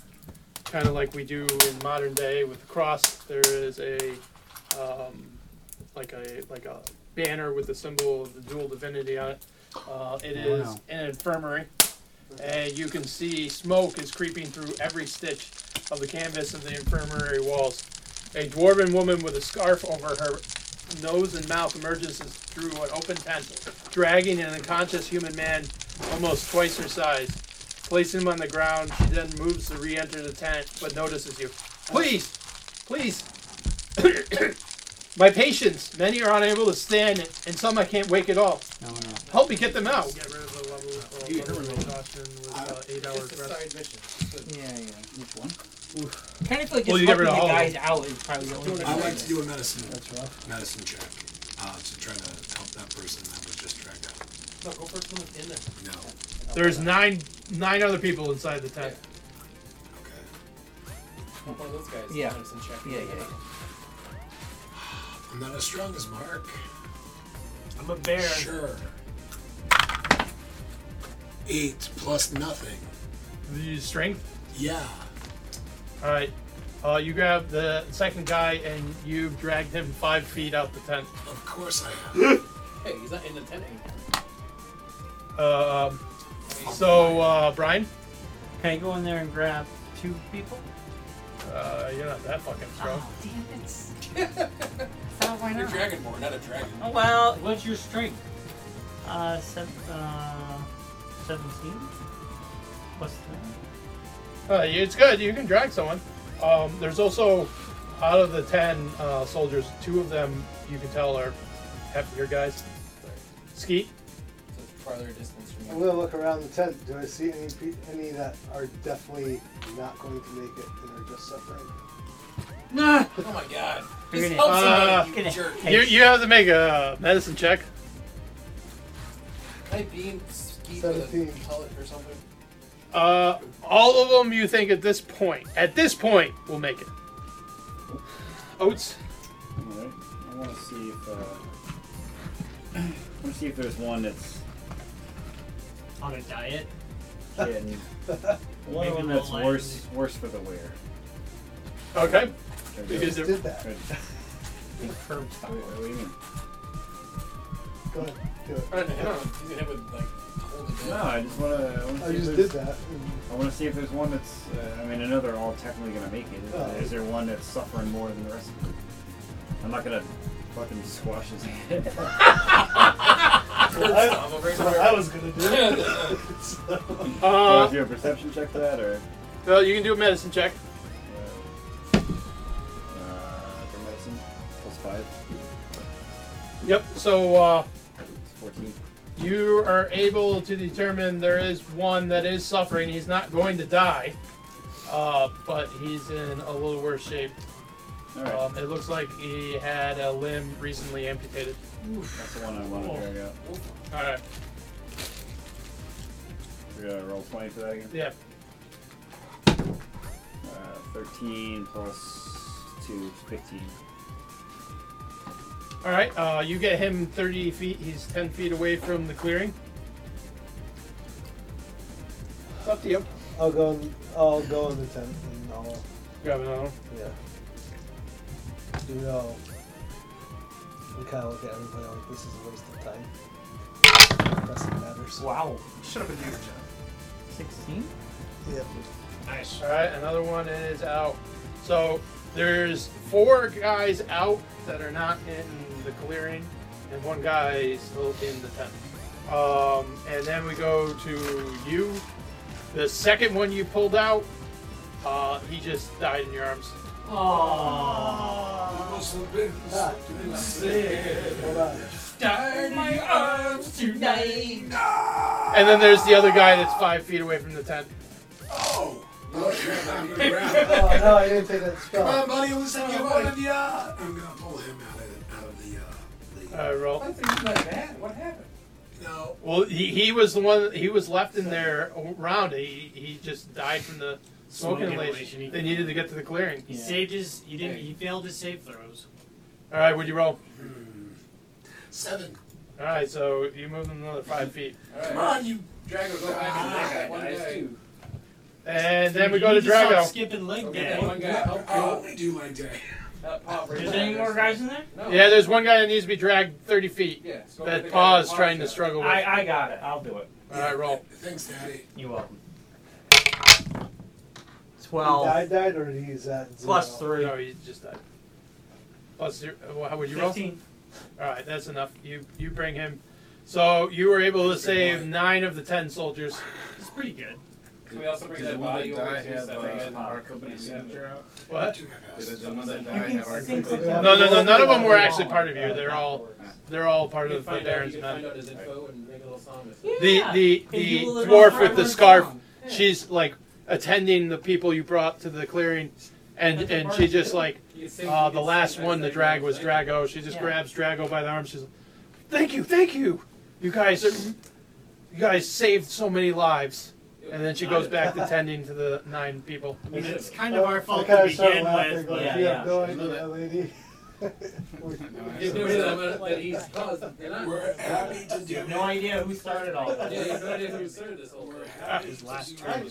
Speaker 3: kind of like we do in modern day with the cross. There is a um, like a like a banner with the symbol of the dual divinity on it. Uh, it is
Speaker 12: Wow.
Speaker 3: an infirmary, and you can see smoke is creeping through every stitch of the canvas of the infirmary walls. A dwarven woman with a scarf over her nose and mouth emerges through an open tent, dragging an unconscious human man almost twice her size. Placing him on the ground, she then moves to re enter the tent but notices you. Please! Please! My patients! Many are unable to stand, and some I can't wake at all.
Speaker 5: No, no.
Speaker 3: Help me get them out!
Speaker 5: Get
Speaker 3: rid of the level of
Speaker 5: You- level of
Speaker 3: exhaustion with uh, eight hours rest.
Speaker 7: Yeah, yeah. Which one?
Speaker 5: Kind of feel like
Speaker 7: Well,
Speaker 5: it's
Speaker 7: you get rid of all of
Speaker 5: helping the guys
Speaker 7: them.
Speaker 5: out is probably the only thing.
Speaker 6: I like to do a medicine
Speaker 5: That's rough.
Speaker 6: medicine check uh, to try to help that person that was just dragged out.
Speaker 5: No, go first one in there.
Speaker 6: No.
Speaker 3: There's nine nine other people inside the tent.
Speaker 14: One of those guys.
Speaker 7: Yeah.
Speaker 14: Medicine check.
Speaker 7: Yeah, yeah.
Speaker 6: I'm not as strong as Mark.
Speaker 5: I'm a bear.
Speaker 6: Sure. Eight plus nothing.
Speaker 3: The strength?
Speaker 6: Yeah.
Speaker 3: All right. Uh, you grab the second guy and you've dragged him five feet out the tent.
Speaker 6: Of course I
Speaker 3: have.
Speaker 14: Hey, he's not in the tent anymore.
Speaker 3: um, so, uh, Brian?
Speaker 7: Can I go in there and grab two people?
Speaker 3: Uh, you're not that fucking strong.
Speaker 7: Damn it.
Speaker 11: why
Speaker 14: You're
Speaker 2: Ah.
Speaker 11: not?
Speaker 14: dragonborn, not a dragon.
Speaker 7: Oh, well.
Speaker 5: What's your strength?
Speaker 7: Uh, seven, uh, 17? What's that?
Speaker 3: Uh, it's good. You can drag someone. Um, there's also, out of the ten uh, soldiers, two of them you can tell are heftier guys. Skeet?
Speaker 14: It's a farther distance from
Speaker 2: I'm gonna look around the tent. Do I see any pe- any that are definitely not going to make it and are just suffering?
Speaker 7: Nah.
Speaker 14: Oh my god.
Speaker 7: You're
Speaker 14: Just
Speaker 7: gonna-
Speaker 14: help somebody,
Speaker 7: uh,
Speaker 14: you
Speaker 7: gonna-
Speaker 14: jerk.
Speaker 3: You, you have to make a medicine check.
Speaker 14: Can I beam ski with a pellet or something?
Speaker 3: Uh, all of them you think at this point, at this point, will make it. Oats?
Speaker 10: Alright. I want to see if. Uh,
Speaker 12: uh,
Speaker 10: I want to see if there's one that's
Speaker 7: On a diet?
Speaker 10: getting. one
Speaker 7: Maybe
Speaker 10: of them
Speaker 7: the
Speaker 10: that's
Speaker 7: lion-
Speaker 10: worse, worse for the wear.
Speaker 3: Okay.
Speaker 10: Should I
Speaker 3: Because
Speaker 10: go-
Speaker 3: they're-
Speaker 2: that.
Speaker 10: Wait, what do you mean?
Speaker 2: Go ahead, do it.
Speaker 14: I don't know. He's gonna hit with like hold it
Speaker 10: No,
Speaker 14: down.
Speaker 10: I just want to.
Speaker 2: I just did that. and-
Speaker 10: I want to see if there's one that's. Uh, I mean, I know they're all technically going to make it. Is,
Speaker 2: Oh.
Speaker 10: is there one that's suffering more than the rest of them? I'm not going to fucking squash his head.
Speaker 2: That's what I was gonna do.
Speaker 10: so
Speaker 3: Uh,
Speaker 10: is your perception check to that, or
Speaker 3: well, you can do a medicine check.
Speaker 10: uh, for medicine plus five?
Speaker 3: Yep. So uh,
Speaker 10: It's fourteen.
Speaker 3: you are able to determine there is one that is suffering. He's not going to die, uh, but he's in a little worse shape.
Speaker 10: All right,
Speaker 3: Um, it looks like he had a limb recently amputated.
Speaker 10: that's the one I want to drag out.
Speaker 3: All right.
Speaker 10: We gotta roll twenty for that again.
Speaker 3: Yeah.
Speaker 10: Uh, Thirteen plus two, fifteen.
Speaker 3: All right. Uh, you get him 30 feet. He's 10 feet away from the clearing. Up to you.
Speaker 2: I'll go. In, I'll go in the tent and I'll.
Speaker 3: Grab another one.
Speaker 2: Yeah. You know. We kind of look at everybody like this is a waste of time. Doesn't matter. So.
Speaker 5: Wow. Should have been doing your job.
Speaker 7: 16?
Speaker 2: Yeah.
Speaker 5: Nice.
Speaker 3: All right, another one is out. So there's four guys out that are not in the clearing, and one guy is still in the tent. Um, and then we go to you. The second one you pulled out, uh, he just died in your arms.
Speaker 2: Ah, hold on.
Speaker 14: Darn my arms tonight.
Speaker 3: And then there's the other guy that's five feet away from the tent.
Speaker 6: Oh!
Speaker 2: Oh, no, I didn't take that spell.
Speaker 1: Come on, buddy, listen, you one of the. Uh, I'm gonna pull him out of, out of the. Uh,
Speaker 3: All right, roll.
Speaker 1: What happened? No.
Speaker 3: Well, he, he was the one. He was left in there round. He he just died from the smoke inhalation. They needed to get to the clearing.
Speaker 15: He saved his. He didn't. He failed his save throws.
Speaker 3: All right, would you roll?
Speaker 1: Seven.
Speaker 3: All right, so you move them another five feet. All right.
Speaker 1: Come on, you.
Speaker 16: Drago, go
Speaker 12: Ah,
Speaker 16: back and take that one guy.
Speaker 3: And then we
Speaker 15: You
Speaker 3: go to
Speaker 15: need to stop
Speaker 3: Drago.
Speaker 15: skipping leg day.
Speaker 1: One guy. I'll,
Speaker 5: Oh.
Speaker 1: do leg day.
Speaker 15: Is there any more guys in there?
Speaker 3: Yeah, there's one guy that needs to be dragged 30 feet.
Speaker 15: Yeah, so the
Speaker 3: that
Speaker 15: guy
Speaker 3: paw is
Speaker 15: with the
Speaker 3: trying
Speaker 15: paw
Speaker 3: to
Speaker 15: shot.
Speaker 3: struggle with.
Speaker 7: I, I got it. I'll do it.
Speaker 3: All right, roll.
Speaker 1: Thanks, Daddy.
Speaker 7: You're welcome.
Speaker 2: He
Speaker 7: 12.
Speaker 2: died, died, or did he use that?
Speaker 7: Plus
Speaker 2: zero?
Speaker 7: three.
Speaker 3: No, you just died. Plus zero. Well, how would you roll?
Speaker 15: 15.
Speaker 3: All right, that's enough. You you bring him. So you were able to save nine of the ten soldiers.
Speaker 15: It's pretty good.
Speaker 16: Can we also bring
Speaker 5: Does
Speaker 16: that
Speaker 5: the one
Speaker 16: body
Speaker 5: that
Speaker 16: over
Speaker 5: die
Speaker 16: to
Speaker 5: have,
Speaker 16: that we
Speaker 5: uh,
Speaker 16: had
Speaker 5: our
Speaker 16: our
Speaker 5: company
Speaker 16: company
Speaker 5: signature
Speaker 16: signature out?
Speaker 3: What?
Speaker 5: Does the ones that
Speaker 16: You
Speaker 5: die
Speaker 16: can
Speaker 5: have our
Speaker 16: sing
Speaker 5: company
Speaker 3: No,
Speaker 5: signature?
Speaker 3: no, no. None of them were actually part of you. They're all they're all part
Speaker 16: You
Speaker 3: of
Speaker 16: can
Speaker 3: the
Speaker 16: find out-
Speaker 3: Baron's
Speaker 16: you can find
Speaker 3: men.
Speaker 16: out his info and make a little song.
Speaker 3: The the
Speaker 16: Hey,
Speaker 3: the
Speaker 16: you little
Speaker 3: dwarf with the
Speaker 16: farmer's
Speaker 3: scarf.
Speaker 16: song. Yeah.
Speaker 3: She's like attending the people you brought to the clearing, and
Speaker 16: That's a
Speaker 3: and
Speaker 16: part
Speaker 3: she
Speaker 16: of it.
Speaker 3: just like
Speaker 16: You sing-
Speaker 3: uh,
Speaker 16: you
Speaker 3: the
Speaker 16: sing
Speaker 3: last
Speaker 16: that
Speaker 3: one to
Speaker 16: thing
Speaker 3: drag
Speaker 16: you
Speaker 3: was
Speaker 16: sing.
Speaker 3: Drago. She just
Speaker 16: Yeah.
Speaker 3: grabs Drago by the arm. She's like, "Thank you, thank you, you guys are, you guys saved so many lives." And then she goes back to tending to the nine people.
Speaker 15: I mean, it's kind of our fault
Speaker 2: I kinda
Speaker 15: to
Speaker 2: started
Speaker 15: begin
Speaker 2: laughing,
Speaker 15: with,
Speaker 2: but
Speaker 15: but
Speaker 2: you
Speaker 15: yeah.
Speaker 2: have no idea, lady.
Speaker 16: You know that, but he's caused. You're not.
Speaker 1: We're happy to do
Speaker 7: You have
Speaker 1: it.
Speaker 7: no idea who started all
Speaker 16: Yeah, you
Speaker 7: this.
Speaker 16: have no idea who started this whole thing.
Speaker 15: His last turn.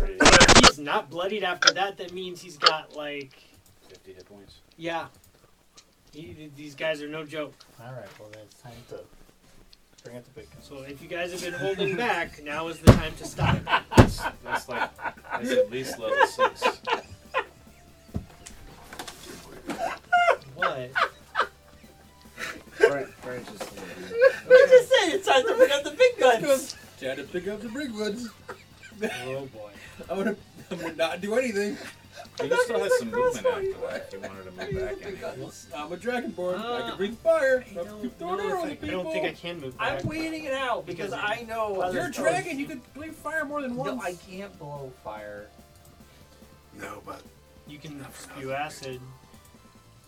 Speaker 16: Right.
Speaker 15: But if he's not bloodied after that, that means he's got like.
Speaker 10: 50 hit points.
Speaker 15: Yeah. He, these guys are no joke.
Speaker 7: Alright, well, then it's time to bring up the big guns.
Speaker 15: So if you guys have been holding back, now is the time to stop.
Speaker 5: That's, that's like that's at least level six.
Speaker 15: What?
Speaker 6: We just said it's time to bring out the big guns.
Speaker 5: Try to pick up the big ones.
Speaker 15: Oh boy.
Speaker 5: I would I would not do anything. You still had some movement after that if you wanted to move back. Anyway. I'm a dragonborn. I
Speaker 15: Uh,
Speaker 5: can breathe fire.
Speaker 15: I
Speaker 5: I'm
Speaker 15: don't,
Speaker 5: throwing
Speaker 15: know
Speaker 5: arrows
Speaker 15: if
Speaker 5: at
Speaker 15: I, I don't
Speaker 5: people.
Speaker 15: think I can move back.
Speaker 7: I'm waiting it out because I know. other
Speaker 5: You're a
Speaker 7: spells-
Speaker 5: dragon. You could breathe fire more than once.
Speaker 7: No, I can't blow fire.
Speaker 1: No, but
Speaker 15: You can spew acid.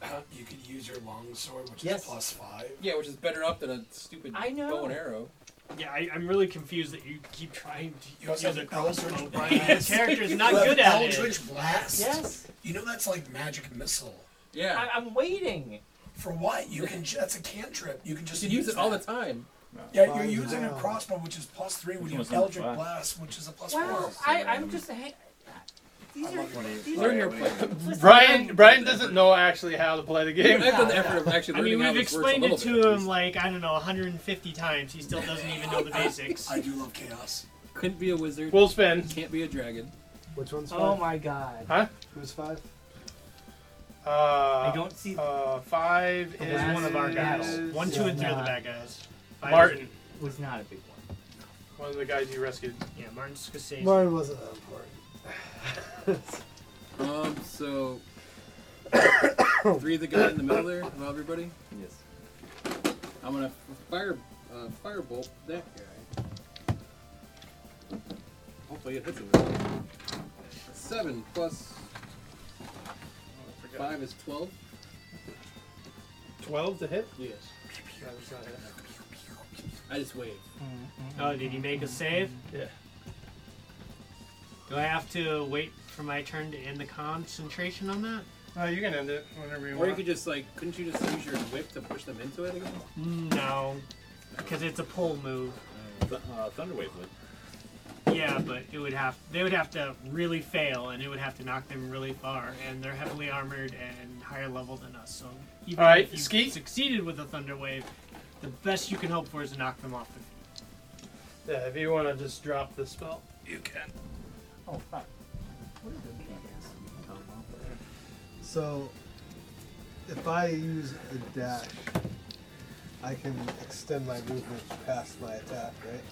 Speaker 1: uh, you could use your long sword, which
Speaker 7: Yes.
Speaker 1: is plus five.
Speaker 5: Yeah, which is better up than a stupid
Speaker 7: I know.
Speaker 5: bow and arrow.
Speaker 15: Yeah, I, I'm really confused that you keep trying to
Speaker 1: You also
Speaker 15: use
Speaker 1: have
Speaker 15: a
Speaker 1: an Eldritch
Speaker 15: crossbow.
Speaker 1: Blast.
Speaker 15: Your character's not
Speaker 1: You have
Speaker 15: good at it.
Speaker 1: Eldritch Blast.
Speaker 7: Yes,
Speaker 1: You know that's like magic missile.
Speaker 5: Yeah.
Speaker 7: I, I'm waiting.
Speaker 1: For what? You can. ju- That's a cantrip. You can just
Speaker 5: You can use it all the
Speaker 1: that.
Speaker 5: time.
Speaker 1: Yeah, you're
Speaker 2: Fine,
Speaker 1: using a
Speaker 2: wow.
Speaker 1: crossbow, which is plus three, when
Speaker 10: Which
Speaker 1: you
Speaker 10: one's
Speaker 1: have
Speaker 10: number
Speaker 1: Eldritch
Speaker 10: five?
Speaker 1: Blast, which is a plus
Speaker 6: Wow,
Speaker 1: four.
Speaker 6: I, I'm just. Hey, these are. These
Speaker 5: Learn your
Speaker 6: are
Speaker 5: play.
Speaker 6: listen,
Speaker 3: Brian Brian doesn't know actually how to play the
Speaker 5: I've
Speaker 3: game.
Speaker 5: done the effort of actually
Speaker 15: I
Speaker 5: learning
Speaker 15: mean,
Speaker 5: how
Speaker 15: we've
Speaker 5: this works a
Speaker 15: explained it
Speaker 5: little
Speaker 15: to
Speaker 5: bit.
Speaker 15: him like I don't know 150 times. He still doesn't even know the basics.
Speaker 1: I do love chaos.
Speaker 5: Couldn't be a wizard.
Speaker 3: We'll spin.
Speaker 5: Can't be a dragon.
Speaker 2: Which one's five?
Speaker 7: Oh my god.
Speaker 2: Who's five?
Speaker 3: Uh,
Speaker 7: I don't see.
Speaker 3: uh, five
Speaker 7: The
Speaker 3: is
Speaker 7: last one of our
Speaker 15: Battle.
Speaker 7: battles.
Speaker 15: One, two, and three are the
Speaker 7: Yeah.
Speaker 15: bad guys. Five-
Speaker 3: Martin,
Speaker 7: was not a big one.
Speaker 3: one of the guys you rescued.
Speaker 15: Yeah, Martin Scorsese.
Speaker 2: Mine wasn't that important.
Speaker 5: Um, so three of the guy in the middle there of everybody.
Speaker 10: Yes.
Speaker 5: I'm gonna fire uh, firebolt that guy. Hopefully it hits him. Seven plus five is twelve.
Speaker 3: Twelve to hit.
Speaker 5: Yes. I just wave.
Speaker 15: Oh, did he make a save?
Speaker 3: Yeah.
Speaker 15: Do I have to wait for my turn to end the concentration on that?
Speaker 3: No, Uh, you can end it whenever you
Speaker 5: Or you
Speaker 3: want.
Speaker 5: could just like, couldn't you just use your whip to push them into it again?
Speaker 15: No, because it's a pull move.
Speaker 10: Th- uh, Thunderwave would.
Speaker 15: Yeah, but it would have they would have to really fail, and it would have to knock them really far, and they're heavily armored and higher level than us. So even
Speaker 3: All right,
Speaker 15: if you
Speaker 3: Skeet.
Speaker 15: succeeded with a thunder wave, the best you can hope for is to knock them off their feet.
Speaker 3: Yeah, if you want to just drop the spell.
Speaker 7: Oh fuck.
Speaker 2: So, if I use a dash, I can extend my movement past my attack, right?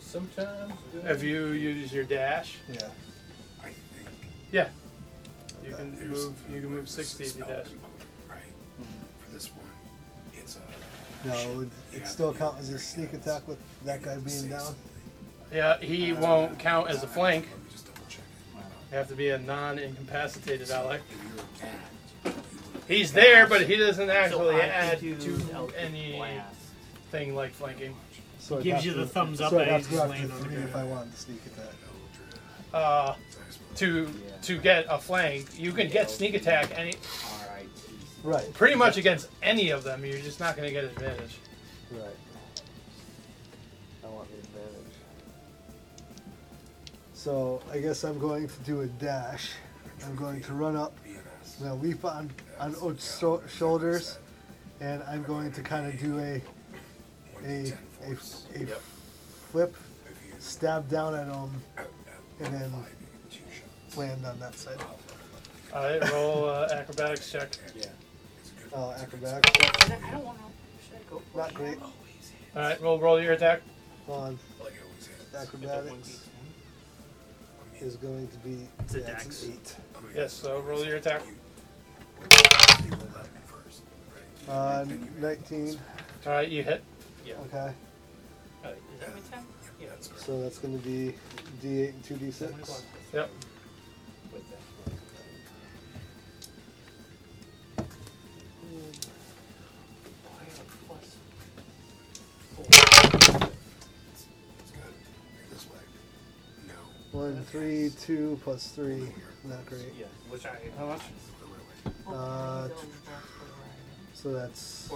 Speaker 5: Sometimes.
Speaker 3: If you use your dash,
Speaker 2: Yeah.
Speaker 1: I think
Speaker 3: you can
Speaker 1: there's
Speaker 3: move.
Speaker 1: something
Speaker 3: You can
Speaker 1: with
Speaker 3: move
Speaker 1: this
Speaker 3: sixty if you
Speaker 1: spell
Speaker 3: dash.
Speaker 1: component, Right. For this one, it's a.
Speaker 2: No, it would it still count as a sneak attack with that guy being down?
Speaker 3: Yeah, he won't count as a flank.
Speaker 1: Let me just double check. it.
Speaker 3: You have to be a non-incapacitated ally. He's there, but he doesn't actually
Speaker 7: I
Speaker 3: add
Speaker 7: could
Speaker 3: to
Speaker 7: do
Speaker 3: any thing like flanking.
Speaker 2: So I'd have to- so I'd have to go after three if I wanted to sneak attack.
Speaker 3: uh, to to get a flank. You can get sneak attack any.
Speaker 2: Right.
Speaker 3: Pretty much against any of them, you're just not going to get advantage.
Speaker 2: Right. I want the advantage. So I guess I'm going to do a dash. I'm going to run up. I'm going to leap on on Oates' sho- shoulders, and I'm going to kind of do a a a, a flip, stab down at him, and then land on that side.
Speaker 3: All right, roll uh, acrobatics check. Yeah.
Speaker 2: Oh, acrobatics. Not great.
Speaker 3: All right, roll roll your attack.
Speaker 2: Hold on. Acrobatics is going to be
Speaker 3: It's a
Speaker 2: yeah, it's
Speaker 3: dex.
Speaker 2: an eight.
Speaker 3: Yes, so roll your attack.
Speaker 2: Uh, 19.
Speaker 3: All right, you hit.
Speaker 2: Yeah. Okay.
Speaker 3: Oh,
Speaker 2: So that's going to be D8 and 2D6.
Speaker 3: Yep.
Speaker 2: One, three, two plus three. Not great.
Speaker 5: Yeah. Which I how much?
Speaker 2: Uh, t- so that's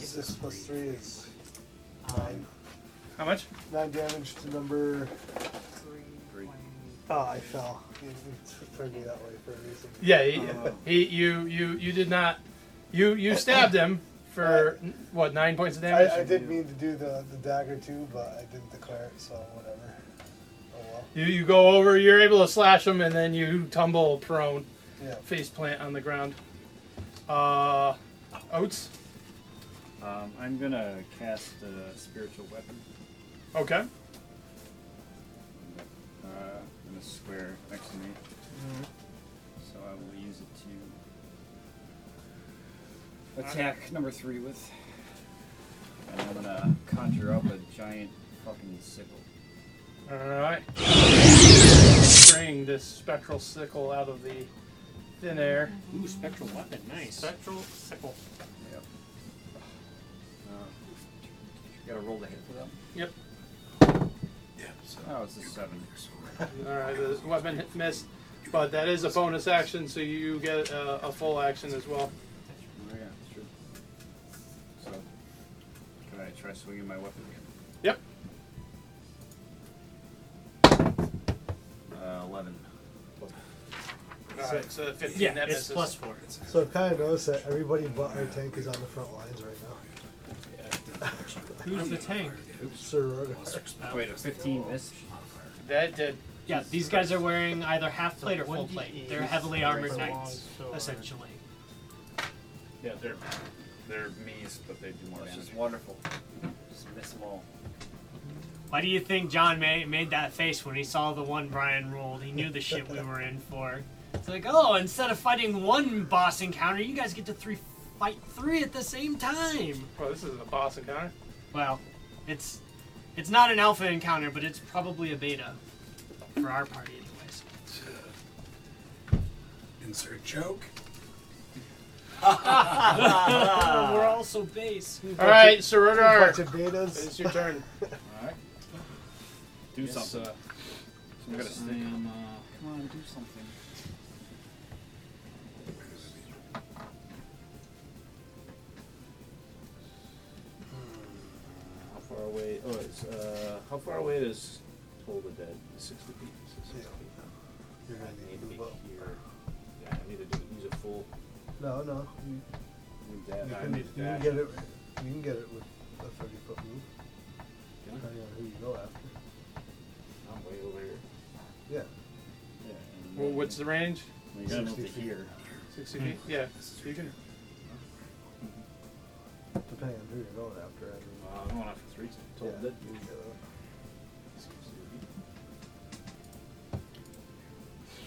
Speaker 2: six plus three is
Speaker 3: Um,
Speaker 2: nine.
Speaker 3: How much?
Speaker 2: Nine damage to number. Oh, I fell. It, it turned me that way for a reason.
Speaker 3: Yeah, he, he you you you did not. You you stabbed him for n- what nine points of damage.
Speaker 2: I, I did mean to do the, the dagger too, but I didn't declare it, so whatever. Oh well.
Speaker 3: You you go over. You're able to slash him, and then you tumble prone,
Speaker 2: Yeah.
Speaker 3: face plant on the ground. Uh, oats.
Speaker 10: Um, I'm gonna cast a spiritual weapon.
Speaker 3: Okay.
Speaker 10: Uh, in a square next to me. So I will use it to attack number three with. And I'm gonna conjure up a giant fucking sickle.
Speaker 3: All right. Bring this spectral sickle out of the thin air.
Speaker 5: Ooh, spectral weapon, nice. Spectral sickle.
Speaker 10: Yep. Uh, gotta roll the hit for them.
Speaker 3: Yep.
Speaker 10: Oh, it's a seven.
Speaker 3: All right. The weapon hit- missed, but that is a bonus action, so you get uh, a full action as well.
Speaker 10: Oh, yeah, that's true. So, can I try swinging my weapon again?
Speaker 3: Yep.
Speaker 10: Uh, 11.
Speaker 3: All right. So 15
Speaker 5: Yeah,
Speaker 3: that
Speaker 5: it's
Speaker 3: misses.
Speaker 5: plus four.
Speaker 2: So I've kind of noticed that everybody but our tank is on the front lines right now.
Speaker 5: Who's the tank?
Speaker 2: Sir
Speaker 8: Uh,
Speaker 10: Wait, a 15 miss?
Speaker 3: That did.
Speaker 5: Yeah, these guys are wearing either half plate or full plate. They're heavily armored
Speaker 9: It's a long
Speaker 5: knights,
Speaker 9: sword.
Speaker 5: essentially.
Speaker 8: Yeah, they're they're me's, but they do more damage.
Speaker 10: It's wonderful. Just miss them all.
Speaker 5: Why do you think John made, made that face when he saw the one Brian rolled? He knew the shit we were in for. It's like, oh, instead of fighting one boss encounter, you guys get to three fight three at the same time.
Speaker 3: Well, this is a boss encounter.
Speaker 5: Well, it's it's not an alpha encounter, but it's probably a beta for our party, anyways.
Speaker 6: Insert joke.
Speaker 5: We're all so base.
Speaker 3: All right, Sorudar.
Speaker 2: Bunch of betas.
Speaker 3: It's your turn.
Speaker 10: Alright. Do
Speaker 8: Yes,
Speaker 10: something.
Speaker 8: uh,
Speaker 10: I'm gonna
Speaker 8: yes,
Speaker 10: stick.
Speaker 8: I am, uh,
Speaker 10: Come on, do something.
Speaker 12: How far away? Oh, it's uh, how far away is Toll the Dead? Sixty feet. so 60 feet.
Speaker 2: You're gonna
Speaker 12: I
Speaker 2: need
Speaker 12: need
Speaker 2: to
Speaker 12: to be
Speaker 2: move up.
Speaker 12: here. Yeah, I need to do, use a full.
Speaker 2: No, no. You,
Speaker 12: Need
Speaker 2: you
Speaker 12: that. I
Speaker 2: can,
Speaker 12: need
Speaker 2: you can
Speaker 12: that.
Speaker 2: get it. You can get it with a thirty foot move. Depending on who you go after.
Speaker 12: I'm way over here.
Speaker 2: Yeah.
Speaker 10: Yeah, and
Speaker 3: Well, what's the range?
Speaker 12: uh,
Speaker 10: You gotta move to
Speaker 2: 60 feet.
Speaker 10: here.
Speaker 3: 60 feet. Yeah. You can.
Speaker 2: Depending on who you're going after. I mean,
Speaker 10: Uh, I'm going after three.
Speaker 2: yeah.
Speaker 10: Told it.
Speaker 2: you uh, can get it.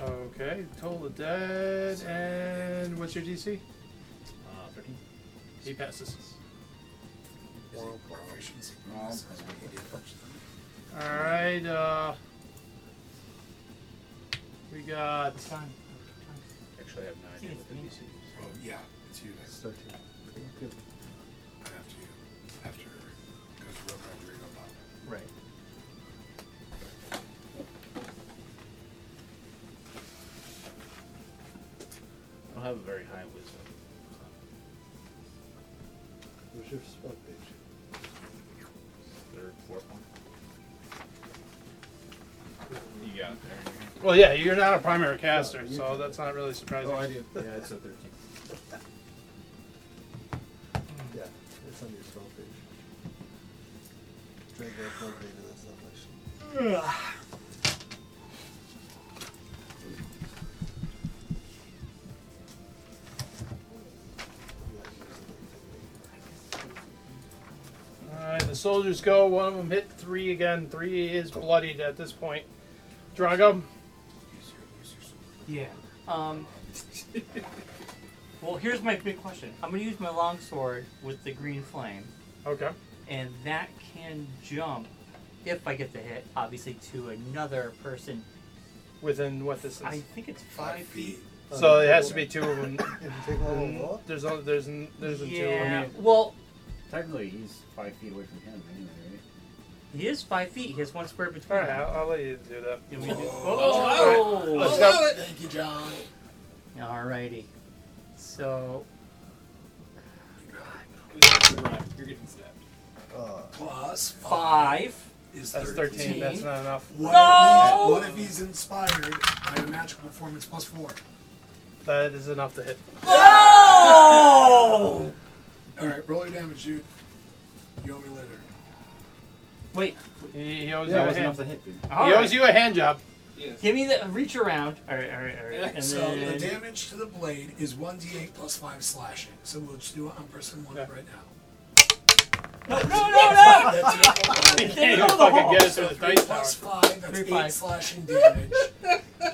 Speaker 3: Okay. Toll the dead. And what's your DC?
Speaker 10: Uh, 13.
Speaker 3: He passes.
Speaker 2: Oral proficiency.
Speaker 10: No,
Speaker 3: All right. Uh, We got.
Speaker 8: Actually, I have no idea what the DC
Speaker 1: Oh, yeah, it's you then. After you. After. Because Rodrigo Bob.
Speaker 7: Right.
Speaker 8: I don't have a very high wisdom.
Speaker 2: Where's your spell page?
Speaker 8: Third, fourth one. You got it there.
Speaker 3: Well, yeah, you're not a primary caster, so that's not really surprising.
Speaker 8: Oh, I do. Yeah, it's a 13.
Speaker 2: Yeah, it's on your spell page. Drag that plug into this
Speaker 5: Ugh.
Speaker 2: application.
Speaker 3: Alright, the soldiers go. One of them hit three again. Three is bloodied at this point. Drago.
Speaker 7: Yeah. Um. well, here's my big question. I'm gonna use my longsword with the green flame.
Speaker 3: Okay.
Speaker 7: And that can jump, if I get the hit, obviously to another person.
Speaker 3: Within what this is?
Speaker 7: I think it's five, feet.
Speaker 3: So it has to be two of them.
Speaker 2: take
Speaker 3: Mm, there's only, there's n- there's a two.
Speaker 7: Yeah.
Speaker 3: I mean,
Speaker 7: Well,
Speaker 10: Technically, he's five feet away from him anyway, right?
Speaker 7: he is five feet. He has one square between.
Speaker 3: all right, I'll, I'll let you do that.
Speaker 7: You want me to do-
Speaker 3: Oh,
Speaker 7: Oh,
Speaker 3: let's go.
Speaker 6: Thank you, John.
Speaker 7: Alrighty. So
Speaker 12: You're getting stabbed.
Speaker 2: uh,
Speaker 6: Plus
Speaker 3: Oh.
Speaker 7: five.
Speaker 6: Is
Speaker 3: That's 13. That's not enough.
Speaker 6: What,
Speaker 3: No!
Speaker 6: if, what if he's inspired by a magical performance plus four?
Speaker 3: That is enough to hit.
Speaker 6: Oh! All right, roll your damage, dude. You owe me later.
Speaker 7: Wait.
Speaker 3: He, he owes you
Speaker 10: Yeah, it
Speaker 3: a
Speaker 10: was
Speaker 3: hand.
Speaker 10: enough to hit, dude.
Speaker 3: He
Speaker 7: Alright.
Speaker 3: owes you a hand job.
Speaker 7: Give me the reach around. All right, all right, all right. And
Speaker 6: so
Speaker 7: then
Speaker 6: the damage to the blade is 1d8 plus 5 slashing. So we'll just do it on person 1 right now.
Speaker 7: no, no, no, no!
Speaker 6: That's
Speaker 7: It
Speaker 6: it.
Speaker 7: didn't go to the hole.
Speaker 6: So
Speaker 3: the
Speaker 6: three
Speaker 3: dice
Speaker 6: plus five, that's
Speaker 7: Three
Speaker 6: eight
Speaker 7: five.
Speaker 6: slashing damage.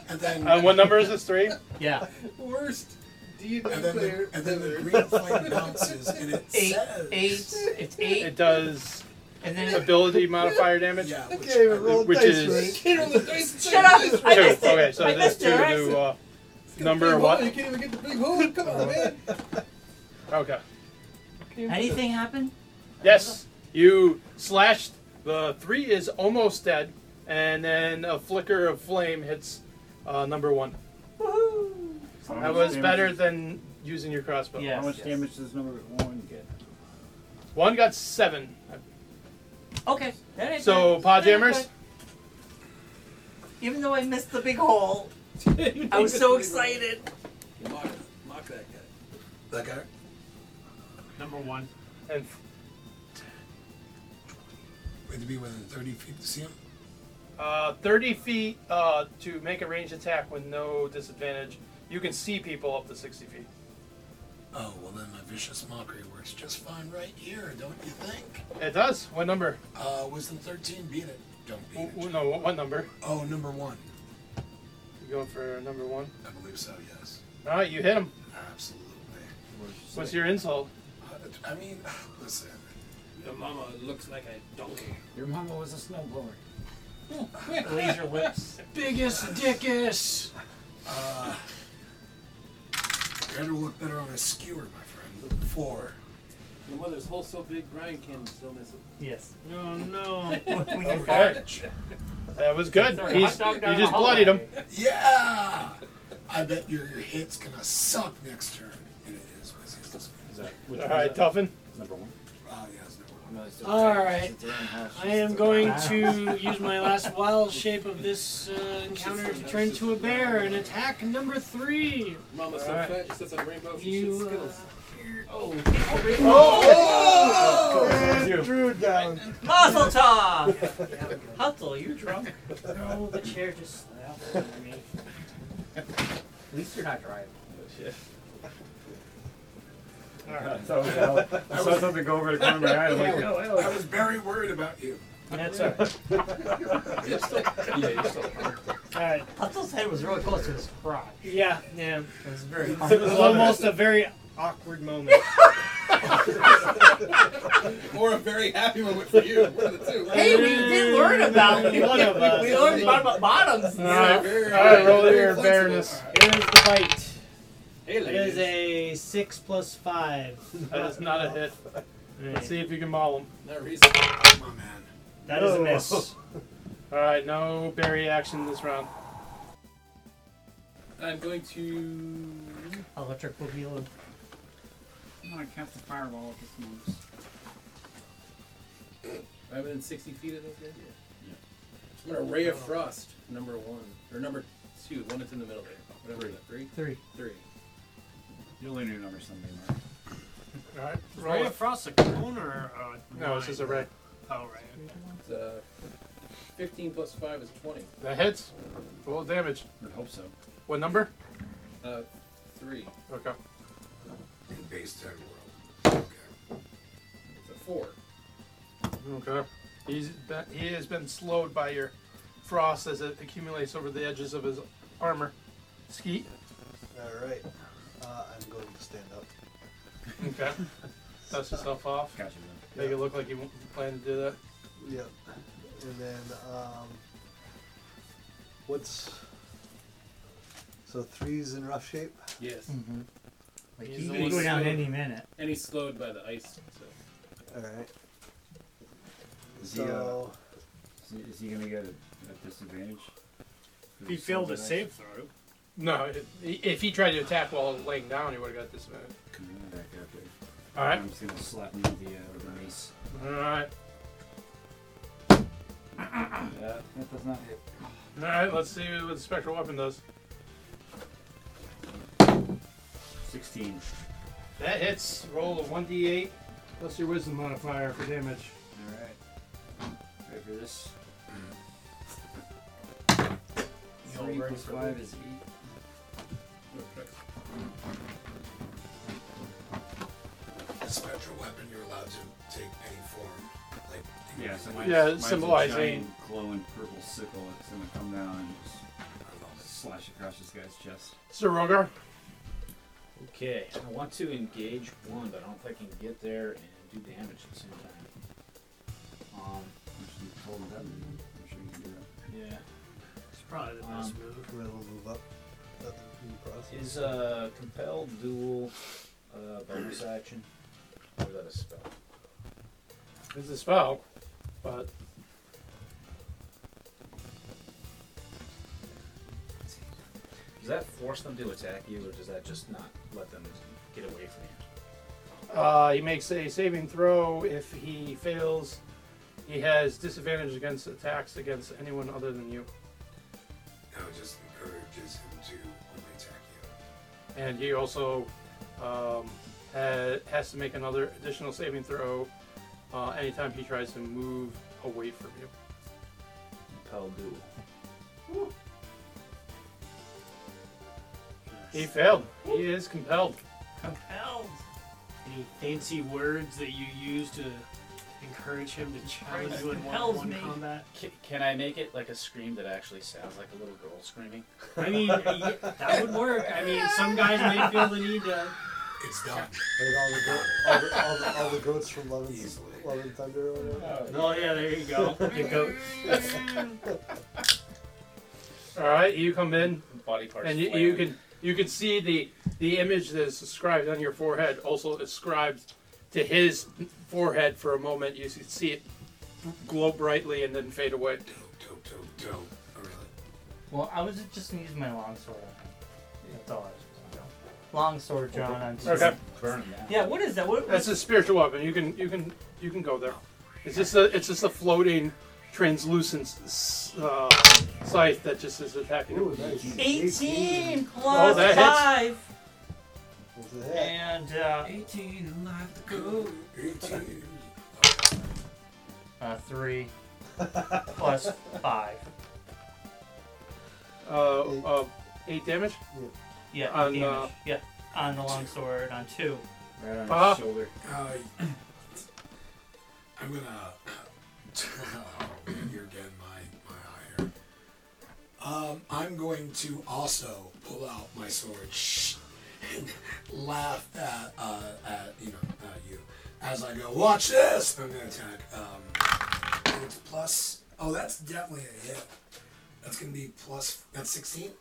Speaker 6: and then
Speaker 3: Uh, what number is this? Three.
Speaker 7: Yeah.
Speaker 12: Worst D&D
Speaker 6: and then,
Speaker 12: player.
Speaker 6: the, and then the green flame bounces and it
Speaker 7: Eight,
Speaker 6: says
Speaker 7: eight. It's eight.
Speaker 3: It does
Speaker 7: and then
Speaker 3: ability modifier damage.
Speaker 6: Yeah, which,
Speaker 2: Okay, roll
Speaker 3: Which
Speaker 2: dice,
Speaker 3: is-
Speaker 2: right?
Speaker 12: Hit on the dice and
Speaker 7: Shut up!
Speaker 12: This
Speaker 7: I
Speaker 3: Two.
Speaker 7: missed it.
Speaker 3: Okay, so
Speaker 7: I
Speaker 3: there's
Speaker 7: missed
Speaker 3: two
Speaker 7: it. I missed
Speaker 3: to
Speaker 7: it.
Speaker 3: uh, number
Speaker 12: big hole, You
Speaker 3: what?
Speaker 12: can't even get the big hole. Come on, man.
Speaker 3: Okay. uh,
Speaker 7: Anything happen?
Speaker 3: Yes, you slashed. The three is almost dead, and then a flicker of flame hits uh, number one. That was better than using your crossbow.
Speaker 7: Yeah.
Speaker 10: How much damage does number one get?
Speaker 3: One got seven.
Speaker 7: Okay. That ain't
Speaker 3: So,
Speaker 7: bad.
Speaker 3: pod
Speaker 7: That ain't
Speaker 3: jammers?
Speaker 7: bad. Even though I missed the big hole, I was so excited.
Speaker 12: Mock, mock that guy.
Speaker 6: that guy.
Speaker 5: Number one.
Speaker 3: And
Speaker 6: We have to be within 30 feet to see him.
Speaker 3: uh, 30 feet uh, to make a ranged attack with no disadvantage. You can see people up to 60 feet.
Speaker 6: Oh, well, then my vicious mockery works just fine right here, don't you think?
Speaker 3: It does. What number?
Speaker 6: Uh, wisdom 13, beat it. Don't beat
Speaker 3: W-
Speaker 6: it.
Speaker 3: w- no, what, what number?
Speaker 6: Oh, number one.
Speaker 3: You going for number one?
Speaker 6: I believe so, yes.
Speaker 3: All right, you hit him.
Speaker 6: Absolutely.
Speaker 3: What's your insult?
Speaker 6: I mean, listen.
Speaker 12: Your mama looks like a donkey.
Speaker 10: Your mama was a snowblower.
Speaker 7: Laser lips.
Speaker 5: Biggest dickus.
Speaker 6: Uh, better look better on a skewer, my friend. Four.
Speaker 12: Your mother's hole so big, Brian can still miss it.
Speaker 7: Yes.
Speaker 5: Oh no.
Speaker 3: Okay. That was good.
Speaker 7: Sorry,
Speaker 3: He's,
Speaker 7: hot dog
Speaker 3: you
Speaker 7: down the
Speaker 3: just bloodied him.
Speaker 7: hallway.
Speaker 6: Yeah! I bet your, your hit's gonna suck next turn. And it is. because he's just-
Speaker 10: Is that which
Speaker 3: All
Speaker 10: one is
Speaker 3: right,
Speaker 10: that?
Speaker 3: Toughen.
Speaker 10: Number one.
Speaker 6: Ah, yeah, it's number one.
Speaker 10: No, it's still-
Speaker 5: All right.
Speaker 10: it's around the house.
Speaker 5: I am going to use my last wild shape of this uh, encounter to turn to a bear and attack number three.
Speaker 12: Mama so
Speaker 3: Alright.
Speaker 12: fat, she sits on rainbow, she shits
Speaker 5: You. Uh,
Speaker 12: Skittles.
Speaker 2: And Drew down.
Speaker 7: Mazel tov! Hutzel, you're drunk. No, the chair just slapped on me. At least you're not driving.
Speaker 10: So, so, so Oh, I was about to go over to corner my eye. I'm like, no,
Speaker 6: I was very worried about you.
Speaker 7: That's all right.
Speaker 12: Yeah, you're still
Speaker 5: all right.
Speaker 7: Hutzel's head was really close to his crotch.
Speaker 5: Yeah. Yeah.
Speaker 7: It was very
Speaker 5: It was almost a very awkward moment.
Speaker 12: or a very happy moment for you. One of the two.
Speaker 11: Hey, we did learn about it.
Speaker 12: One of us.
Speaker 11: We learned about about bottoms. and stuff.
Speaker 3: Alright, Uh, roll your fairness.
Speaker 9: Here's the fight.
Speaker 12: Hey,
Speaker 9: it is a six plus five.
Speaker 3: That is not a hit. Let's see if you can maul him.
Speaker 12: No reason. Come on, man.
Speaker 9: That is a miss.
Speaker 3: Alright, no berry action this round.
Speaker 14: I'm going to.
Speaker 12: Oh.
Speaker 9: Electric will be low.
Speaker 10: I'm gonna cast a fireball at this moment.
Speaker 14: I'm within 60 feet of this guy? Yeah. I'm going to Ray of Frost, number one. Or number two, one that's in the middle there. Whatever three. three?
Speaker 9: Three.
Speaker 14: Three.
Speaker 10: You only knew number someday, Mark.
Speaker 3: Alright,
Speaker 5: Ray
Speaker 3: roll
Speaker 5: of
Speaker 3: it.
Speaker 5: Frost a cone or
Speaker 7: uh,
Speaker 5: a
Speaker 3: No, it's just a ray.
Speaker 5: Oh, right.
Speaker 14: It's, uh, 15 plus 5 is 20.
Speaker 3: That hits. Roll damage.
Speaker 10: I hope so.
Speaker 3: What number?
Speaker 14: Uh, 3.
Speaker 3: Okay.
Speaker 1: Based on world.
Speaker 14: It's a 4.
Speaker 3: Okay. He's been, he has been slowed by your frost as it accumulates over the edges of his armor. Skeet.
Speaker 2: All right. Uh, I'm going to stand up.
Speaker 3: Okay. Dust yourself off.
Speaker 10: Gotcha.
Speaker 3: Make it look like you w- plan to do that.
Speaker 2: Yep. And then, um, what's so three's in rough shape?
Speaker 14: Yes.
Speaker 3: Mm-hmm.
Speaker 7: Like,
Speaker 14: He's
Speaker 7: he
Speaker 14: only
Speaker 7: can go down
Speaker 14: slowed-
Speaker 7: any minute.
Speaker 14: And he's slowed by the ice. So.
Speaker 2: All right.
Speaker 10: Is he, uh,
Speaker 2: So
Speaker 10: Is he, is he gonna get a, a disadvantage?
Speaker 5: He failed a save throw.
Speaker 3: No, it, if he tried to attack while laying down, he would have got disadvantage.
Speaker 10: Coming back after.
Speaker 3: All right.
Speaker 10: I'm just gonna slap him with the, uh, with the mace.
Speaker 3: All right.
Speaker 10: Yeah, that does not hit.
Speaker 3: All right. Let's see what the spectral weapon does.
Speaker 10: 16.
Speaker 3: That hits. Roll a one d8 plus your wisdom modifier for damage.
Speaker 10: Alright. Ready for this? Three
Speaker 14: ready
Speaker 10: plus
Speaker 14: for
Speaker 10: five
Speaker 14: this?
Speaker 10: is eight.
Speaker 14: Okay.
Speaker 6: The spectral weapon, you're allowed to take any form. Like, you
Speaker 10: Yeah,
Speaker 6: can-
Speaker 10: so mine's,
Speaker 3: Yeah,
Speaker 10: mine's
Speaker 3: symbolizing-
Speaker 10: a giant glowing purple sickle. It's gonna come down and just I don't know, slash across this guy's chest.
Speaker 3: Sir Rogar.
Speaker 17: Okay, I want to engage one, but I don't think I can get there and do damage at the same time. Um,
Speaker 10: I'm just gonna hold him down. I'm sure you can do that.
Speaker 17: yeah.
Speaker 5: It's probably the best
Speaker 3: Um,
Speaker 5: move.
Speaker 2: Red will move up. That's the process.
Speaker 17: Is uh, compelled duel uh, bonus action? Or is that a spell?
Speaker 3: It's a spell, but
Speaker 17: Does that force them to attack you, or does that just not let them get away from you?
Speaker 3: Uh, he makes a saving throw. If he fails, he has disadvantage against attacks against anyone other than you.
Speaker 1: No, it just encourages him to only attack you.
Speaker 3: And he also um, ha- has to make another additional saving throw uh, anytime he tries to move away from you.
Speaker 17: Compelled duel.
Speaker 3: He failed. He is compelled.
Speaker 5: Compelled. Any fancy words that you use to encourage him to challenge you in
Speaker 7: Compels
Speaker 5: one-on-one
Speaker 7: me.
Speaker 5: combat?
Speaker 17: Can, can I make it like a scream that actually sounds like a little girl screaming?
Speaker 5: I mean, y- that would work. I mean, some guys may feel the need to.
Speaker 6: It's done.
Speaker 2: Like all the, goat, all, the, all, the, all the goats from Love and, Love and Thunder or whatever.
Speaker 5: Oh yeah, there you go. The goats.
Speaker 3: All right, you come in,
Speaker 17: Body parts.
Speaker 3: and you, you can you can see the the image that is described on your forehead also ascribed to his forehead for a moment. You can see it glow brightly and then fade away.
Speaker 1: Dope, dope, dope. Oh, really?
Speaker 7: Well, I was just gonna use my longsword. That's all I was just gonna do. Longsword, John. I'm just
Speaker 3: Okay.
Speaker 17: burn them down.
Speaker 7: Yeah, what is that? What,
Speaker 3: That's a spiritual weapon. You can you can you can go there. It's just a it's just a floating translucent s- uh, scythe that just is attacking.
Speaker 2: Ooh,
Speaker 3: him.
Speaker 2: nice.
Speaker 11: 18
Speaker 3: Oh,
Speaker 11: plus
Speaker 3: that hits.
Speaker 11: 5.
Speaker 2: That's a hit.
Speaker 7: and uh,
Speaker 12: 18 and life to go.
Speaker 1: 18.
Speaker 7: uh, three plus five.
Speaker 3: Uh, uh, eight damage.
Speaker 7: Yeah,
Speaker 3: On,
Speaker 7: damage.
Speaker 3: uh,
Speaker 7: yeah, on the longsword on two.
Speaker 10: Right on his
Speaker 3: Uh-huh.
Speaker 10: shoulder.
Speaker 6: Uh, I'm gonna. oh, you're getting my my eye here. Um, I'm going to also pull out my sword shh, and laugh at uh, at you know at you as I go, watch this! I'm going to attack. Um, and it's plus. Oh, that's definitely a hit. That's going to be plus. That's 16?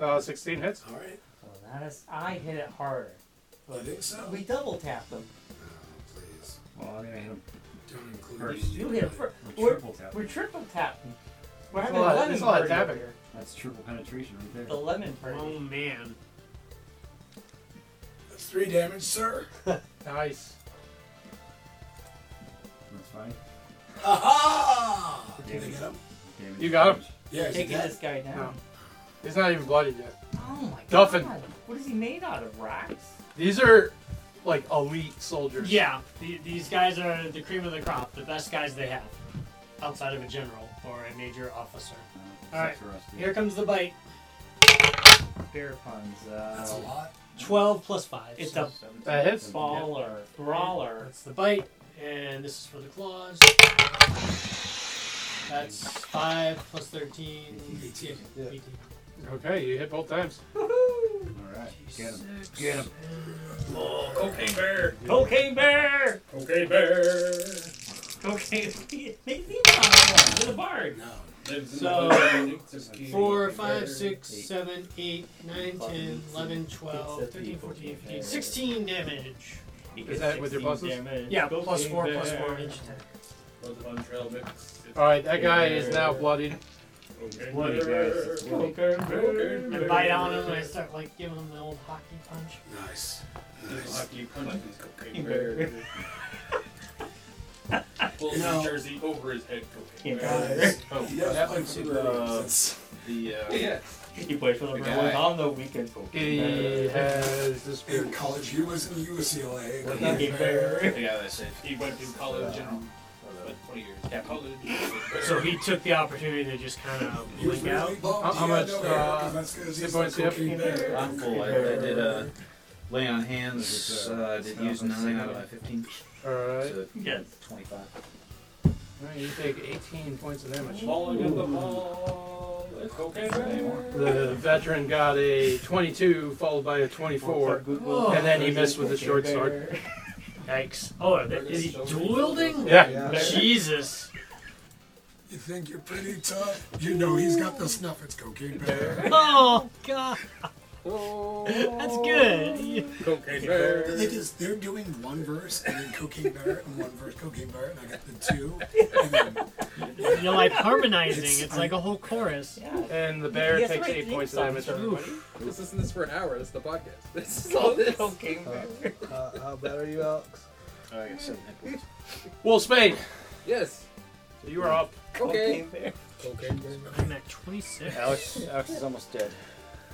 Speaker 3: Uh, 16 hits.
Speaker 6: All right.
Speaker 7: Well, that is, I hit it harder.
Speaker 6: I think so.
Speaker 7: We double tapped them.
Speaker 6: Please.
Speaker 10: Well, I'm gonna hit him.
Speaker 6: Don't include
Speaker 10: first.
Speaker 7: You hit it first.
Speaker 10: We're
Speaker 7: We're,
Speaker 10: triple tapping.
Speaker 7: we're triple tapping. We're
Speaker 10: That's
Speaker 7: having
Speaker 10: a lot-
Speaker 7: lemon
Speaker 10: that's a lot of
Speaker 7: party over
Speaker 10: tapping.
Speaker 7: here.
Speaker 10: That's triple penetration right there.
Speaker 7: The lemon party.
Speaker 5: Oh man.
Speaker 6: That's three damage, sir.
Speaker 3: nice.
Speaker 10: That's fine.
Speaker 6: Aha! Did I
Speaker 10: Damage.
Speaker 6: get him?
Speaker 10: Damage.
Speaker 3: You got him.
Speaker 6: Yeah, he's
Speaker 7: Taking
Speaker 6: dead.
Speaker 7: this guy down.
Speaker 3: No. He's not even bloodied yet.
Speaker 7: Oh my
Speaker 3: Duffin.
Speaker 7: god. What is he made out of? Rocks?
Speaker 3: These are like elite soldiers.
Speaker 5: Yeah, the, these guys are the cream of the crop, the best guys they have, outside of a general or a major officer.
Speaker 10: Uh,
Speaker 5: All right, here comes the bite.
Speaker 7: Bear puns. Uh,
Speaker 6: That's a lot.
Speaker 5: Twelve plus five.
Speaker 7: It's
Speaker 5: so
Speaker 7: a
Speaker 10: Uh,
Speaker 3: That hits.
Speaker 7: baller. Brawler.
Speaker 5: That's the bite, and this is for the claws. That's five plus thirteen.
Speaker 6: Eighteen.
Speaker 5: Eighteen.
Speaker 3: Okay, you hit both times.
Speaker 10: Alright, get him.
Speaker 5: Get him.
Speaker 8: Oh, cocaine bear.
Speaker 7: Cocaine bear.
Speaker 8: Cocaine bear.
Speaker 7: Cocaine. Make me laugh. You're the bard.
Speaker 5: So,
Speaker 12: Just keep-
Speaker 5: Four, five, six, seven, eight, nine, ten, eleven, twelve, thirteen, fourteen, fifteen, sixteen damage.
Speaker 3: Is that with your pluses?
Speaker 5: Yeah, plus four, plus four
Speaker 7: Cocaine
Speaker 5: each attack.
Speaker 12: Those on trail mix.
Speaker 3: All right, that guy is now bloodied.
Speaker 12: Okay.
Speaker 7: Bloody guys, it's bloody.
Speaker 12: Cocaine
Speaker 5: I
Speaker 12: bear.
Speaker 5: bite on him and I start like giving him the old hockey punch.
Speaker 6: Nice.
Speaker 12: Lucky punch is cocaine
Speaker 7: bear.
Speaker 12: bear. Pulls
Speaker 6: No.
Speaker 12: his jersey over his head. Cocaine
Speaker 7: Guys.
Speaker 12: bear.
Speaker 6: Oh,
Speaker 8: That went to the the uh,
Speaker 12: Yeah.
Speaker 7: You play for the
Speaker 8: The
Speaker 7: Bruins
Speaker 8: guy.
Speaker 7: on the weekend.
Speaker 3: He has this
Speaker 6: In college, he was in UCLA.
Speaker 12: What
Speaker 6: Cocaine
Speaker 7: about-
Speaker 6: bear.
Speaker 8: the guy that said
Speaker 12: He went to college general. But 20 years. Yeah, college.
Speaker 5: So he took the opportunity to just kind of
Speaker 6: He was
Speaker 5: blink out.
Speaker 6: really bummed.
Speaker 3: How-
Speaker 6: he
Speaker 3: how
Speaker 6: had
Speaker 3: much,
Speaker 6: no hair,
Speaker 3: uh,
Speaker 6: 'cause that's 'cause
Speaker 3: hit
Speaker 6: he's
Speaker 3: points
Speaker 6: the
Speaker 3: you have?
Speaker 6: cocaine bear.
Speaker 17: I'm full. I, I did uh, lay on hands. Uh, I did use nine out of my fifteen.
Speaker 3: All right.
Speaker 17: So
Speaker 7: Yes.
Speaker 17: twenty-five.
Speaker 3: All right, you take 18 points of damage.
Speaker 12: Falling in the ball. It's cocaine bear.
Speaker 3: The veteran got a 22, followed by a 24,
Speaker 7: Oh.
Speaker 3: and then he missed with the short sword.
Speaker 5: Yikes. Oh, th- is he dueling?
Speaker 3: Yeah.
Speaker 5: Jesus.
Speaker 6: You think you're pretty tough? You know he's got the snuff. It's cocaine bear.
Speaker 5: Oh, God. That's good.
Speaker 12: Cocaine
Speaker 6: They
Speaker 12: bear.
Speaker 6: just, they're doing one verse and then cocaine bear and one verse cocaine bear and I got the two. And then
Speaker 5: You're like harmonizing. It's like a whole chorus.
Speaker 7: Yeah.
Speaker 3: And the bear
Speaker 7: Yes,
Speaker 3: takes
Speaker 7: right,
Speaker 3: 8
Speaker 7: thanks,
Speaker 3: points of damage,
Speaker 7: officer.
Speaker 3: everybody.
Speaker 14: Let's listen to this for an hour. That's the podcast. This is all this.
Speaker 7: Cocaine bear.
Speaker 2: Uh, how bad are you, Alex?
Speaker 17: Oh, I got seven hit points.
Speaker 3: Wolf Spain,
Speaker 14: Yes.
Speaker 3: you are up.
Speaker 14: Okay.
Speaker 7: Cocaine bear.
Speaker 14: Okay.
Speaker 5: I'm at 26.
Speaker 17: Alex, Alex is almost dead.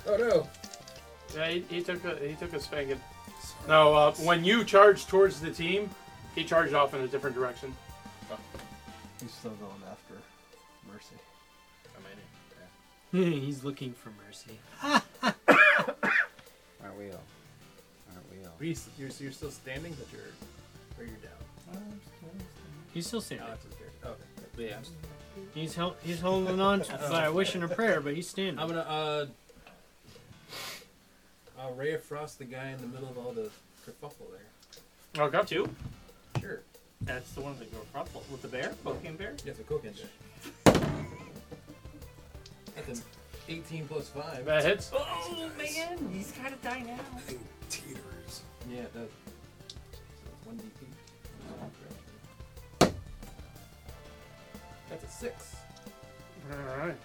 Speaker 14: Oh no.
Speaker 3: Yeah, he, he took a he took a spanking. No, uh, when you charged towards the team, he charged off in a different direction.
Speaker 12: He's still going after Mercy.
Speaker 5: He's looking for mercy.
Speaker 17: Aren't we all? Aren't we all?
Speaker 14: Reese, you're, you're still standing, but you're, or you're down.
Speaker 5: He's still standing.
Speaker 14: Alex is here. Okay.
Speaker 17: Yeah. I'm-
Speaker 5: He's hel- he's holding on to, by a wish and a prayer, but he's standing.
Speaker 14: I'm gonna uh, uh ray of frost the guy in the middle of all the kerfuffle there.
Speaker 3: Okay.
Speaker 7: Two.
Speaker 14: Sure.
Speaker 7: That's the one that goes ruffle with the bear. Cocaine bear.
Speaker 14: You have to cook in there. That's an 18 plus five.
Speaker 3: That hits.
Speaker 7: Oh man, he's gotta die now.
Speaker 6: I think teeters.
Speaker 14: Yeah, it does. So it's one DP. That's a six.
Speaker 3: All right.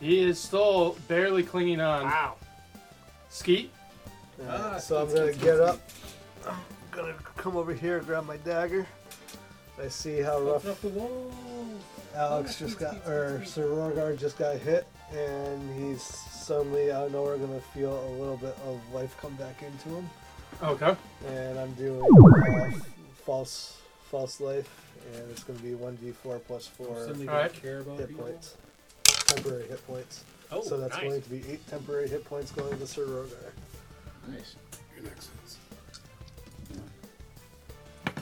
Speaker 3: He is still barely clinging on.
Speaker 5: Wow.
Speaker 3: Skeet.
Speaker 14: Ah,
Speaker 2: so I'm
Speaker 14: it's-
Speaker 2: gonna
Speaker 14: it's-
Speaker 2: get
Speaker 14: it's-
Speaker 2: up. I'm gonna come over here, grab my dagger. I see how rough
Speaker 14: Open up the wall.
Speaker 2: Alex just got, or Sorogar just got hit, and he's suddenly out of nowhere gonna feel a little bit of life come back into him.
Speaker 3: Okay.
Speaker 2: And I'm doing uh, false, false life, and it's gonna be 1d4 plus 4
Speaker 14: Something you
Speaker 3: Alright.
Speaker 14: don't care about
Speaker 2: hit
Speaker 14: people.
Speaker 2: points. Temporary hit points.
Speaker 5: Oh,
Speaker 2: so that's
Speaker 5: nice.
Speaker 2: going to be 8 temporary hit points going to Sorogar.
Speaker 17: Nice.
Speaker 6: Your next is.
Speaker 7: I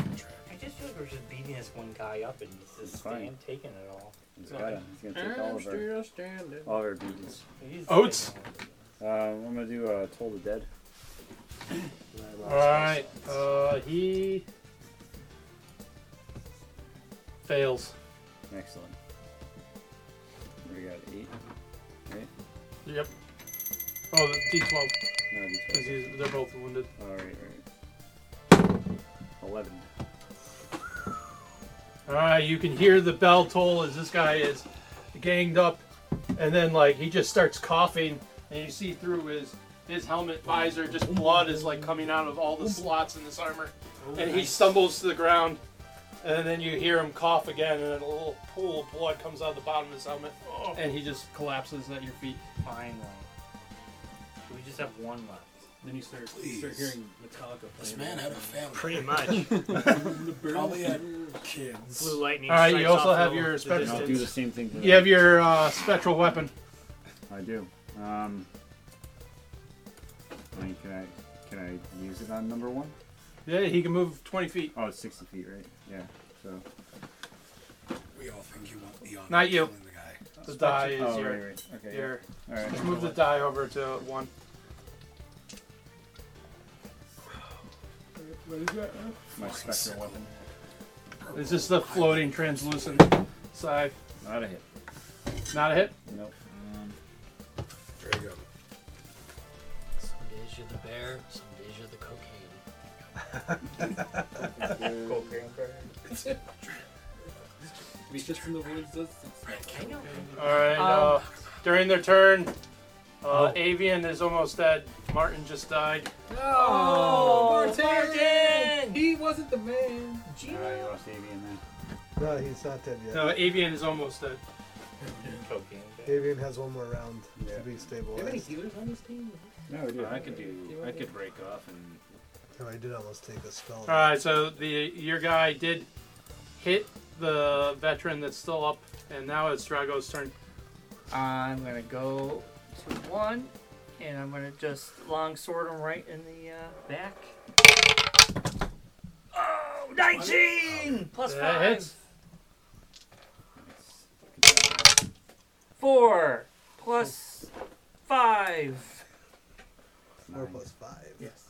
Speaker 7: just feel like we're just beating this one guy up and he's
Speaker 10: It's
Speaker 7: just
Speaker 10: fine.
Speaker 7: stand taking it all.
Speaker 10: He's got him. He's gonna take all of our,
Speaker 14: still standing.
Speaker 10: all of our beatings.
Speaker 7: He's
Speaker 3: Oats?
Speaker 7: taking it all.
Speaker 10: uh, Um, I'm gonna do uh, Toll the Dead.
Speaker 3: All right. Uh, he fails.
Speaker 10: Excellent. We got eight, right?
Speaker 3: Yep. Oh, the D12.
Speaker 10: No, D12.
Speaker 3: 'Cause he's- they're both wounded.
Speaker 10: All right, right. Eleven.
Speaker 3: All right, you can hear the bell toll as this guy is ganged up, and then like he just starts coughing, and you see through his his helmet visor just blood is like coming out of all the slots in this armor, and he stumbles to the ground, and then you hear him cough again, and then a little pool of blood comes out of the bottom of his helmet,
Speaker 5: Oh.
Speaker 3: and he just collapses at your feet.
Speaker 7: Finally, we just have one left.
Speaker 14: Then you start, you start
Speaker 6: Please.
Speaker 14: hearing Metallica playing.
Speaker 6: This man had a family.
Speaker 5: Pretty much.
Speaker 6: The bird Probably had kids.
Speaker 5: Blue lightning.
Speaker 3: All right,
Speaker 5: strikes
Speaker 3: you also
Speaker 5: off
Speaker 3: have
Speaker 5: the-
Speaker 3: your
Speaker 5: the
Speaker 3: spectral.
Speaker 10: I'll do the same thing to
Speaker 3: You
Speaker 10: that.
Speaker 3: have your uh, spectral weapon.
Speaker 10: I do. Um. I mean, can I can I use it on number one?
Speaker 3: Yeah, he can move 20 feet.
Speaker 10: Oh, it's 60 feet, right? Yeah. So.
Speaker 6: We all think you want the honor.
Speaker 3: Not you. The die is
Speaker 10: Oh,
Speaker 3: your.
Speaker 10: right, right. Okay,
Speaker 3: your-
Speaker 10: yeah. All right.
Speaker 3: Just move the die over to one.
Speaker 10: What is that? My spectral weapon.
Speaker 3: Is this the floating translucent side?
Speaker 10: Not a hit.
Speaker 3: Not a hit?
Speaker 10: Nope. Um,
Speaker 6: There you go.
Speaker 18: Some days you're the bear, some days you're the cocaine.
Speaker 14: Cocaine bear. He's just in the woods. That's, that's
Speaker 3: Alright,
Speaker 7: Um,
Speaker 3: uh, during their turn, uh, Avian is almost dead. Martin just died.
Speaker 14: Oh,
Speaker 11: Martin! Martin!
Speaker 14: He wasn't the man.
Speaker 10: All right, you lost Avian then.
Speaker 2: No, he's not dead yet.
Speaker 3: No, Avian is almost dead.
Speaker 2: Avian has one more round
Speaker 10: Yeah.
Speaker 2: to be stable.
Speaker 14: healers on this team?
Speaker 10: No, we do.
Speaker 8: I could do. I could break off and.
Speaker 2: Oh, I did almost take a spell.
Speaker 3: Alright, so the your guy did hit the veteran that's still up, and now it's Drago's turn.
Speaker 7: I'm gonna go to one, and I'm gonna just long sword him right in the uh, back. Oh, 19 plus
Speaker 3: That
Speaker 7: five.
Speaker 3: hits.
Speaker 7: Four plus five.
Speaker 2: Four plus five.
Speaker 7: Yes.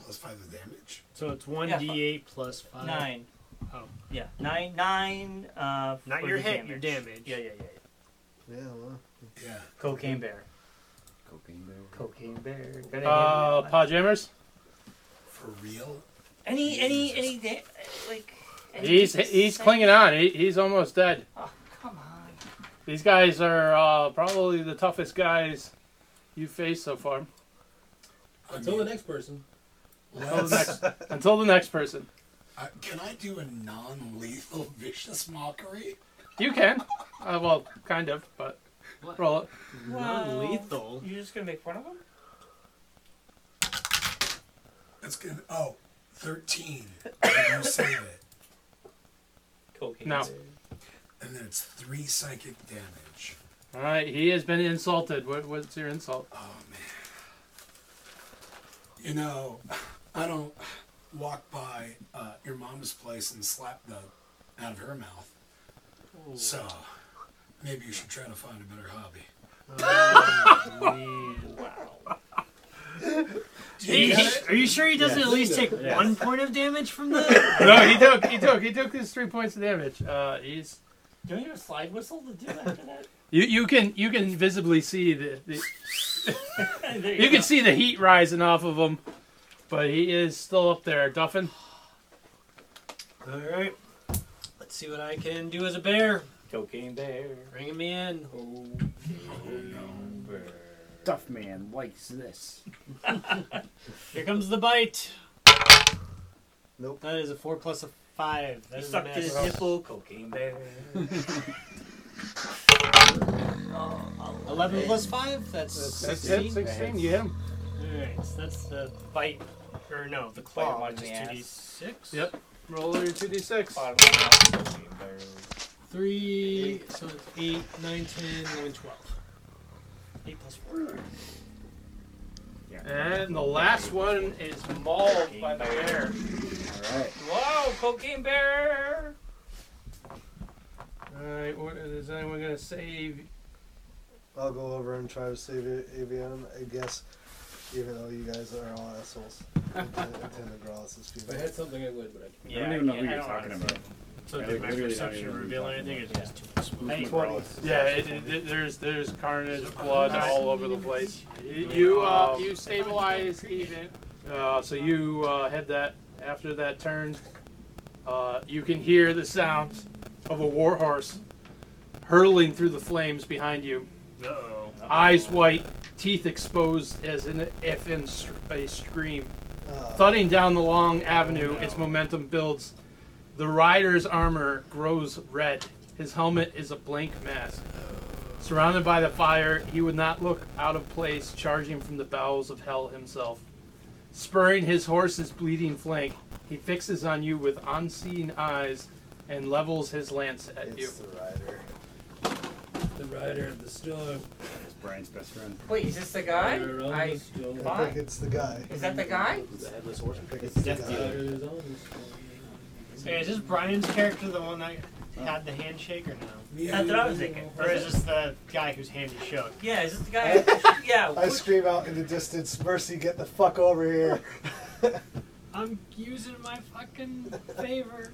Speaker 6: Plus five of damage.
Speaker 5: So it's one
Speaker 7: Yeah,
Speaker 5: d8 plus five.
Speaker 7: Nine.
Speaker 5: Oh.
Speaker 7: Yeah, nine, nine. Uh,
Speaker 5: Not
Speaker 7: for
Speaker 5: your
Speaker 7: the
Speaker 5: hit, your damage.
Speaker 7: Yeah, yeah, yeah. yeah.
Speaker 2: Yeah, well.
Speaker 6: Yeah.
Speaker 7: Cocaine bear.
Speaker 10: Cocaine bear.
Speaker 7: Cocaine bear. Gonna hit
Speaker 3: Uh,
Speaker 7: him.
Speaker 3: Podjammers?
Speaker 6: For real?
Speaker 7: Any, any, any, da- like. any
Speaker 3: He's he's
Speaker 7: percent-
Speaker 3: clinging on. He, he's almost dead.
Speaker 7: Oh, come on.
Speaker 3: These guys are uh, probably the toughest guys you faced so far.
Speaker 14: Until the next person.
Speaker 3: Until the
Speaker 6: Let's-
Speaker 3: next, until the next person.
Speaker 6: Uh, can I do a non-lethal vicious mockery?
Speaker 3: You can. Uh, well, kind of, but roll it.
Speaker 5: Non-lethal.
Speaker 7: Uh, You're just gonna make fun of him?
Speaker 6: That's good. Oh, 13. you save it.
Speaker 7: Cocaine.
Speaker 3: No.
Speaker 6: And then it's three psychic damage.
Speaker 3: All right, he has been insulted. What, what's your insult?
Speaker 6: You know, I don't walk by uh, your mom's place and slap the out of her mouth. So maybe you should try to find a better hobby.
Speaker 5: He- he- are you sure he doesn't
Speaker 3: Yeah.
Speaker 5: at least take
Speaker 3: Yeah.
Speaker 5: one point of damage from the?
Speaker 3: no, he took, he took, he took his three points of damage. Uh, he's.
Speaker 7: Don't you have a slide whistle to do after that?
Speaker 3: You, you can you can visibly see the, the
Speaker 7: There
Speaker 3: you
Speaker 7: go.
Speaker 3: can see the heat rising off of him, but he is still up there. Duffin,
Speaker 9: All right. Let's see what I can do as a bear.
Speaker 17: Cocaine bear.
Speaker 9: Bringing me in.
Speaker 10: Duff man likes this.
Speaker 9: Here comes the bite.
Speaker 2: Nope.
Speaker 9: That is a four plus a five. That
Speaker 7: He
Speaker 9: is a
Speaker 7: sucked his
Speaker 9: mess.
Speaker 7: nipple. Cocaine bear.
Speaker 9: Eleven plus five. That's,
Speaker 3: that's
Speaker 9: sixteen.
Speaker 3: it. Sixteen, you hit him.
Speaker 9: All right. So that's the bite, or no, the claw, which is two d six.
Speaker 3: Yep. Roll your two d six.
Speaker 9: Three. So it's eight, nine, ten, eleven, twelve. Eight plus four.
Speaker 3: And the last one is mauled by the bear.
Speaker 10: All right.
Speaker 7: Whoa, cocaine bear!
Speaker 3: Alright, what- is anyone gonna save?
Speaker 2: I'll go over and try to save A- Avian, I guess, even though you guys are all assholes.
Speaker 14: If I had something, I would, but I can't.
Speaker 10: I don't even know who you're talking about.
Speaker 5: So
Speaker 10: I
Speaker 5: did my
Speaker 10: literally don't
Speaker 5: perception
Speaker 10: even know who
Speaker 5: reveal
Speaker 10: you're
Speaker 5: anything?
Speaker 10: talking
Speaker 5: It's
Speaker 10: about.
Speaker 5: just too much.
Speaker 10: Hey,
Speaker 5: Twenty.
Speaker 10: Morales.
Speaker 3: Yeah, it, it, it- there's there's carnage, blood all over the place. You uh, you stabilize even. Uh, so you uh, had that after that turn. Uh, you can hear the sounds of a warhorse hurtling through the flames behind you.
Speaker 5: Uh-oh.
Speaker 3: Eyes white, teeth exposed as in if in str- a scream. Thudding down the long
Speaker 5: Oh,
Speaker 3: avenue, its momentum builds. The rider's armor grows red. His helmet is a blank mask. Surrounded by the fire, he would not look out of place, charging from the bowels of hell himself. Spurring his horse's bleeding flank, he fixes on you with unseeing eyes and levels his lance at you.
Speaker 14: The rider of the storm.
Speaker 10: It's Brian's best friend.
Speaker 11: Wait, is this the guy?
Speaker 14: Rider of
Speaker 11: I-
Speaker 14: the storm.
Speaker 11: I think
Speaker 2: it's the guy.
Speaker 11: Is that the guy?
Speaker 14: The headless horseman.
Speaker 2: It's
Speaker 14: Death Dealer.
Speaker 5: Hey, is this Brian's character the one that had the handshake or no?
Speaker 7: Yeah. That's what I was thinking.
Speaker 5: Or is this the guy whose hand he shook?
Speaker 7: Yeah, is this the guy?
Speaker 2: I,
Speaker 7: yeah.
Speaker 2: I scream out in the distance, Mercy, get the fuck over here.
Speaker 5: I'm using my fucking favor.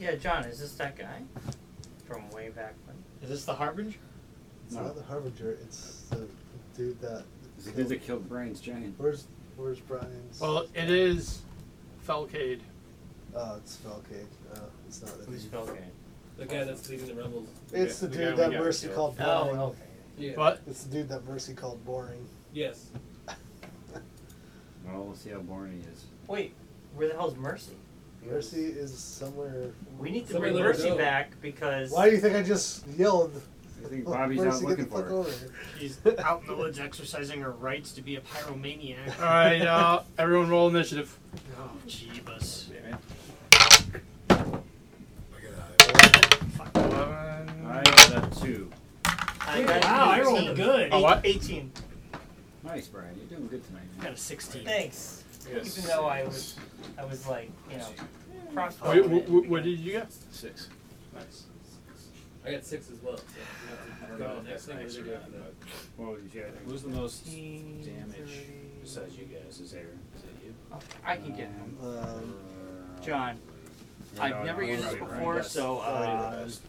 Speaker 7: Yeah, John, is this that guy? From way back when.
Speaker 5: Is this the Harbinger?
Speaker 2: It's not the Harbinger, it's the dude that.
Speaker 10: It's the dude that killed Brian's giant.
Speaker 2: Where's Where's Brian's?
Speaker 3: Well, it is Felcade.
Speaker 2: Oh, it's Falcade. Oh, it's not the
Speaker 7: Who's
Speaker 2: dude.
Speaker 7: Falcade?
Speaker 14: The guy that's leading the rebels.
Speaker 2: It's the
Speaker 3: The
Speaker 2: dude
Speaker 3: guy
Speaker 2: that
Speaker 3: we got
Speaker 2: Mercy
Speaker 3: killed.
Speaker 2: called
Speaker 7: Oh,
Speaker 2: boring.
Speaker 7: okay.
Speaker 14: Yeah.
Speaker 3: What?
Speaker 2: It's the dude that Mercy called boring.
Speaker 14: Yes.
Speaker 10: Well, we'll see how boring he is.
Speaker 7: Wait, where the hell's Mercy?
Speaker 2: Mercy is somewhere.
Speaker 7: We need to
Speaker 14: Somebody
Speaker 7: bring
Speaker 14: let her
Speaker 7: Mercy
Speaker 14: go.
Speaker 7: back because
Speaker 2: Why do you think I just yelled?
Speaker 10: I think Bobby's
Speaker 2: Mercy,
Speaker 10: out
Speaker 2: get
Speaker 10: looking
Speaker 2: the fuck
Speaker 10: for her.
Speaker 2: over here.
Speaker 5: She's out in the woods exercising her rights to be a pyromaniac.
Speaker 3: All right, uh, everyone roll initiative.
Speaker 5: Oh, jeebus.
Speaker 10: I got a two.
Speaker 7: I got
Speaker 5: Wow, I
Speaker 7: 18.
Speaker 5: rolled good.
Speaker 3: A what?
Speaker 7: 18.
Speaker 10: Nice, Brian. You're doing good tonight,
Speaker 5: I
Speaker 10: man.
Speaker 5: got a 16.
Speaker 7: Thanks.
Speaker 17: Yes.
Speaker 7: Even though I was, I was like, you know, cross
Speaker 3: Wait, wh- wh- what did you get?
Speaker 17: Six. Nice.
Speaker 14: I got six as well. So we
Speaker 17: I
Speaker 14: have
Speaker 17: don't
Speaker 14: to
Speaker 17: know
Speaker 5: Oh,
Speaker 14: go
Speaker 17: if
Speaker 14: next
Speaker 17: that's
Speaker 14: thing
Speaker 17: nice
Speaker 14: we're
Speaker 17: or
Speaker 14: doing
Speaker 17: not,
Speaker 14: for that.
Speaker 17: but
Speaker 10: What was you?
Speaker 17: who's the most damage besides you guys? Is Aaron? Is it you?
Speaker 7: I can get him.
Speaker 2: Um,
Speaker 7: John,
Speaker 10: Yeah,
Speaker 7: I've
Speaker 10: no,
Speaker 7: never
Speaker 10: no,
Speaker 7: used
Speaker 10: it's
Speaker 7: this
Speaker 10: probably
Speaker 7: before,
Speaker 10: Brian.
Speaker 7: so
Speaker 10: Ah,
Speaker 7: uh,
Speaker 10: It's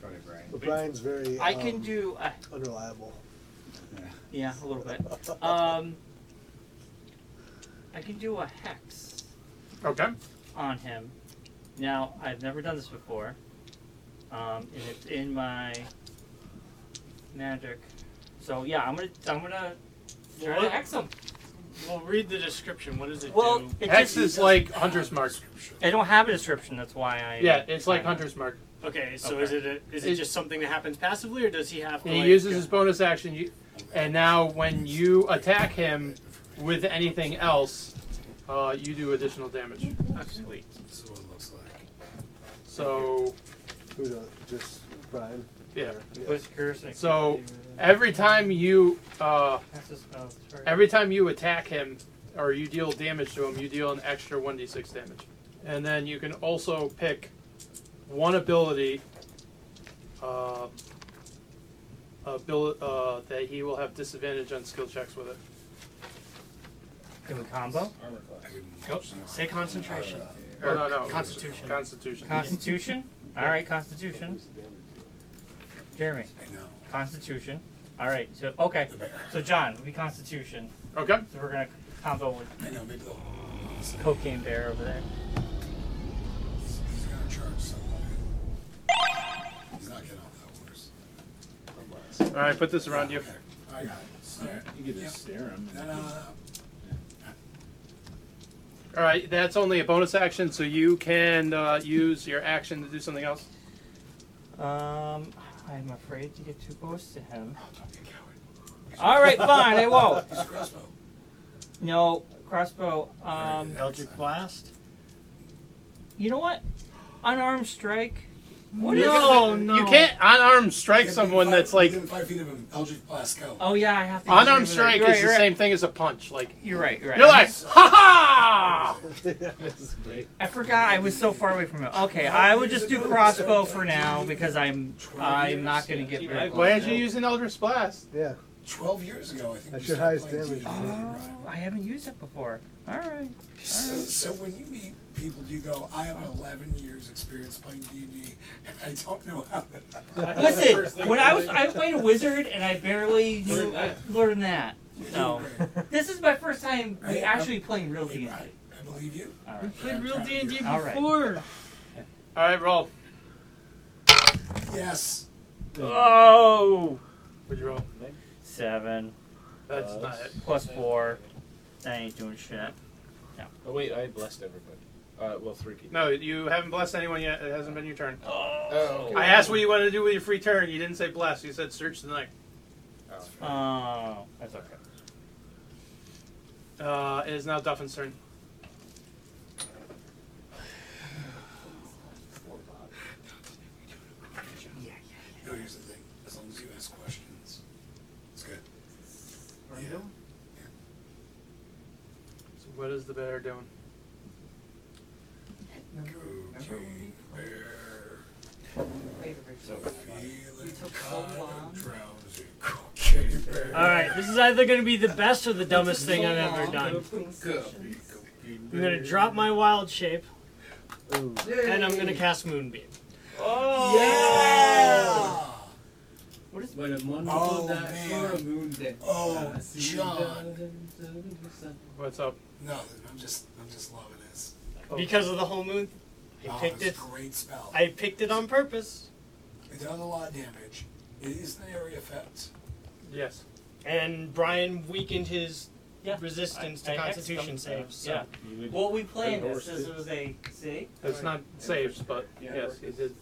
Speaker 10: probably Brian.
Speaker 2: but Brian's very.
Speaker 7: I can
Speaker 2: um,
Speaker 7: do. Uh,
Speaker 2: Unreliable.
Speaker 7: yeah, a little bit. Um, I can do a hex
Speaker 3: Okay.
Speaker 7: on him. Now, I've never done this before, um, and it's in my magic. So yeah, I'm gonna, I'm gonna try to
Speaker 5: What?
Speaker 7: hex him.
Speaker 5: Well, read the description. What does it
Speaker 7: Well,
Speaker 5: do?
Speaker 7: it
Speaker 3: Hex
Speaker 7: just,
Speaker 3: is like Hunter's Mark.
Speaker 7: I don't have a description. That's why I.
Speaker 3: Yeah, it's like Hunter's Mark.
Speaker 5: Okay, so
Speaker 7: Okay.
Speaker 5: is it a, is it,
Speaker 3: It-
Speaker 5: just something that happens passively, or does he have to?
Speaker 3: He
Speaker 5: like,
Speaker 3: uses
Speaker 5: go-
Speaker 3: his bonus action, you, and now when you attack him with anything else, uh, you do additional damage.
Speaker 5: Sweet.
Speaker 6: This is what it looks like.
Speaker 3: So
Speaker 2: Who does? Just Brian.
Speaker 3: yeah.
Speaker 7: Was cursing.
Speaker 3: So every time you uh,
Speaker 7: That's just- oh, sorry.
Speaker 3: every time you attack him or you deal damage to him, you deal an extra one d six damage, and then you can also pick one ability. Uh, abil- uh, that he will have disadvantage on skill checks with it.
Speaker 7: Give him a combo.
Speaker 14: Armor class.
Speaker 5: Say concentration.
Speaker 3: Oh, no, no.
Speaker 5: Constitution.
Speaker 3: Constitution.
Speaker 7: Constitution. All right, Constitution. Jeremy,
Speaker 6: I know.
Speaker 7: Constitution. All right. So okay. So John, we Constitution.
Speaker 3: Okay.
Speaker 7: So we're gonna combo with
Speaker 6: I know. Maybe they'll. He's
Speaker 7: Cocaine Bear over there.
Speaker 6: gonna charge somebody. He's not getting off that horse.
Speaker 3: All right, put this around you.
Speaker 6: Okay, I got it. All right.
Speaker 17: You could
Speaker 6: Yep.
Speaker 17: just stare him.
Speaker 6: No, no, no, no.
Speaker 3: All right, that's only a bonus action, so you can uh, use your action to do something else.
Speaker 7: Um, I'm afraid to get too close to him.
Speaker 6: Oh,
Speaker 7: All right, fine. I won't.
Speaker 6: He's a crossbow.
Speaker 7: No crossbow. Um,
Speaker 5: Eldritch blast.
Speaker 7: you know what? Unarmed strike. What is
Speaker 5: No, no.
Speaker 3: You can't unarmed strike
Speaker 6: Within
Speaker 3: someone
Speaker 6: five-
Speaker 3: that's like
Speaker 6: within five feet of him. Eldritch blast go.
Speaker 7: Oh yeah, I have to.
Speaker 3: unarmed strike
Speaker 7: You're right,
Speaker 3: is the
Speaker 7: you're right.
Speaker 3: same thing as a punch. Like
Speaker 7: You're right. You're right.
Speaker 3: you're like, ha ha!
Speaker 7: I forgot I was so far away from it. Okay, I would just do crossbow for now because I'm I'm not gonna get very
Speaker 14: Like,
Speaker 7: close.
Speaker 3: Why aren't you using Eldritch Blast?
Speaker 2: Yeah.
Speaker 6: Twelve years ago, I think.
Speaker 2: That's
Speaker 6: we
Speaker 2: your
Speaker 6: started
Speaker 2: highest
Speaker 6: playing
Speaker 2: damage.
Speaker 6: D&D.
Speaker 19: I haven't used it before. All right.
Speaker 6: So, so when you meet people, do you go, "I have 11 years experience playing D&D, and I don't know how." That
Speaker 19: Listen, when I was I played a wizard and I barely knew, learned that. So this is my first time actually playing real D&D. I
Speaker 6: believe you.
Speaker 19: We
Speaker 20: played real D&D
Speaker 19: All right.
Speaker 20: before.
Speaker 3: All right, roll.
Speaker 6: Yes.
Speaker 19: Oh.
Speaker 3: What'd you roll?
Speaker 19: Seven.
Speaker 3: That's not it.
Speaker 19: Plus four. That ain't doing shit. No.
Speaker 21: Oh wait, I blessed everybody. Uh, well, three people.
Speaker 3: No, you haven't blessed anyone yet. It hasn't been your turn.
Speaker 21: Oh. okay.
Speaker 3: I asked what you wanted to do with your free turn. You didn't say bless. You said search the night.
Speaker 19: Oh, that's okay.
Speaker 3: Uh, it is now Duffin's turn.
Speaker 6: You know, here's the thing: as long as you ask questions, it's good. Yeah.
Speaker 3: So what is the bear doing?
Speaker 6: Cocaine bear. Feeling kinda drowsy. Cocaine bear.
Speaker 7: All right, this is either going to be the best or the dumbest thing I've ever done.
Speaker 6: Guppy, guppy
Speaker 7: I'm going to
Speaker 6: bear.
Speaker 7: drop my wild shape, and I'm going to cast Moonbeam.
Speaker 19: Oh.
Speaker 6: Yeah.
Speaker 19: What is
Speaker 5: What a wonderful
Speaker 6: Oh,
Speaker 5: night
Speaker 6: man.
Speaker 5: for a moon day.
Speaker 6: Oh,
Speaker 5: I see you
Speaker 6: John.
Speaker 5: down in
Speaker 3: What's up?
Speaker 6: Nothing. I'm just, I'm just loving this.
Speaker 7: Because of the whole moon, I
Speaker 6: Oh,
Speaker 7: picked
Speaker 6: it's
Speaker 7: it.
Speaker 6: a great spell.
Speaker 7: I picked it on purpose,
Speaker 6: It does a lot of damage. It is an area effect.
Speaker 3: Yes.
Speaker 7: and Brian weakened his
Speaker 19: Yeah.
Speaker 7: resistance
Speaker 19: I-
Speaker 7: to
Speaker 19: I hexed
Speaker 7: Constitution
Speaker 19: him, so,
Speaker 7: saves. So.
Speaker 19: yeah.
Speaker 7: Yeah.
Speaker 19: Well, we planned
Speaker 7: Good
Speaker 19: this.
Speaker 7: horse,
Speaker 19: This
Speaker 7: dude.
Speaker 19: was a see.
Speaker 3: It's not saves, but
Speaker 21: Yeah,
Speaker 3: yes, it did.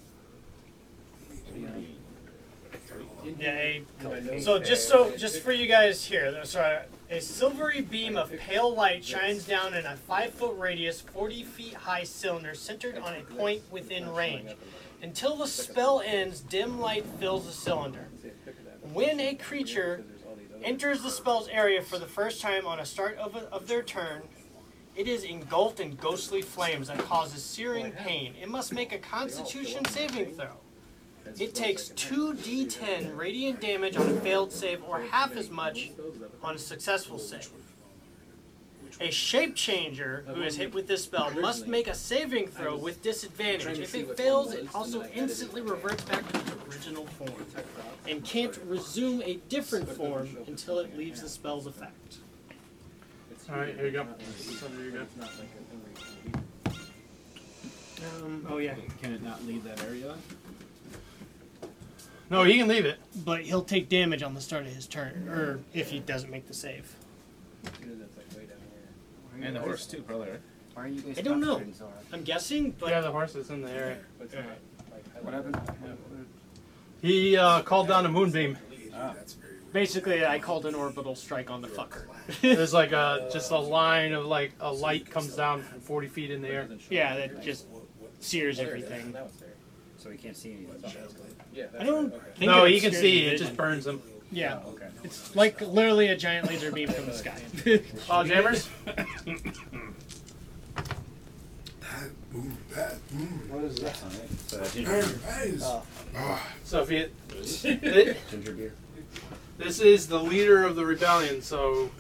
Speaker 7: a- so just so just for you guys here, there's a, a silvery beam of pale light shines down in a five foot radius, forty feet high cylinder centered on a point within range. Until the spell ends, dim light fills the cylinder. When a creature enters the spell's area for the first time on a start of, of their turn, it is engulfed in ghostly flames that causes searing pain. It must make a Constitution saving throw. It takes 2d10 radiant damage on a failed save or half as much on a successful save. A shape changer who is hit with this spell must make a saving throw with disadvantage. If it fails, it also instantly reverts back to its original form and can't resume a different form until it leaves the spell's effect.
Speaker 3: All right, here you go. Something you got.
Speaker 7: Um, oh yeah.
Speaker 21: Can it not leave that area?
Speaker 7: No, he can leave it, but he'll take damage on the start of his turn, or if he doesn't make the save.
Speaker 5: here. And the horse too, probably, right?
Speaker 19: Why are you guys
Speaker 7: I don't know.
Speaker 19: confident, Zora?
Speaker 7: I'm guessing, but
Speaker 3: Yeah, the horse is in the area.
Speaker 5: What happened?
Speaker 3: He uh, called down a moonbeam.
Speaker 7: basically I called an orbital strike on the fucker.
Speaker 3: There's like a just a line of like a light comes down from 40 feet in the air.
Speaker 7: Yeah, that just sears everything.
Speaker 22: So we can't see anything.
Speaker 5: Yeah.
Speaker 7: I don't think
Speaker 3: No,
Speaker 7: it
Speaker 3: he can
Speaker 7: obscures
Speaker 3: see.
Speaker 7: the
Speaker 3: It just
Speaker 7: vision.
Speaker 3: burns him.
Speaker 7: Yeah.
Speaker 22: Oh, Okay.
Speaker 7: It's like literally a giant laser beam from the sky.
Speaker 3: Ball jammers.
Speaker 2: What is that?
Speaker 7: Oh,
Speaker 3: So if you, it,
Speaker 21: Ginger beer.
Speaker 3: this is the leader of the rebellion. So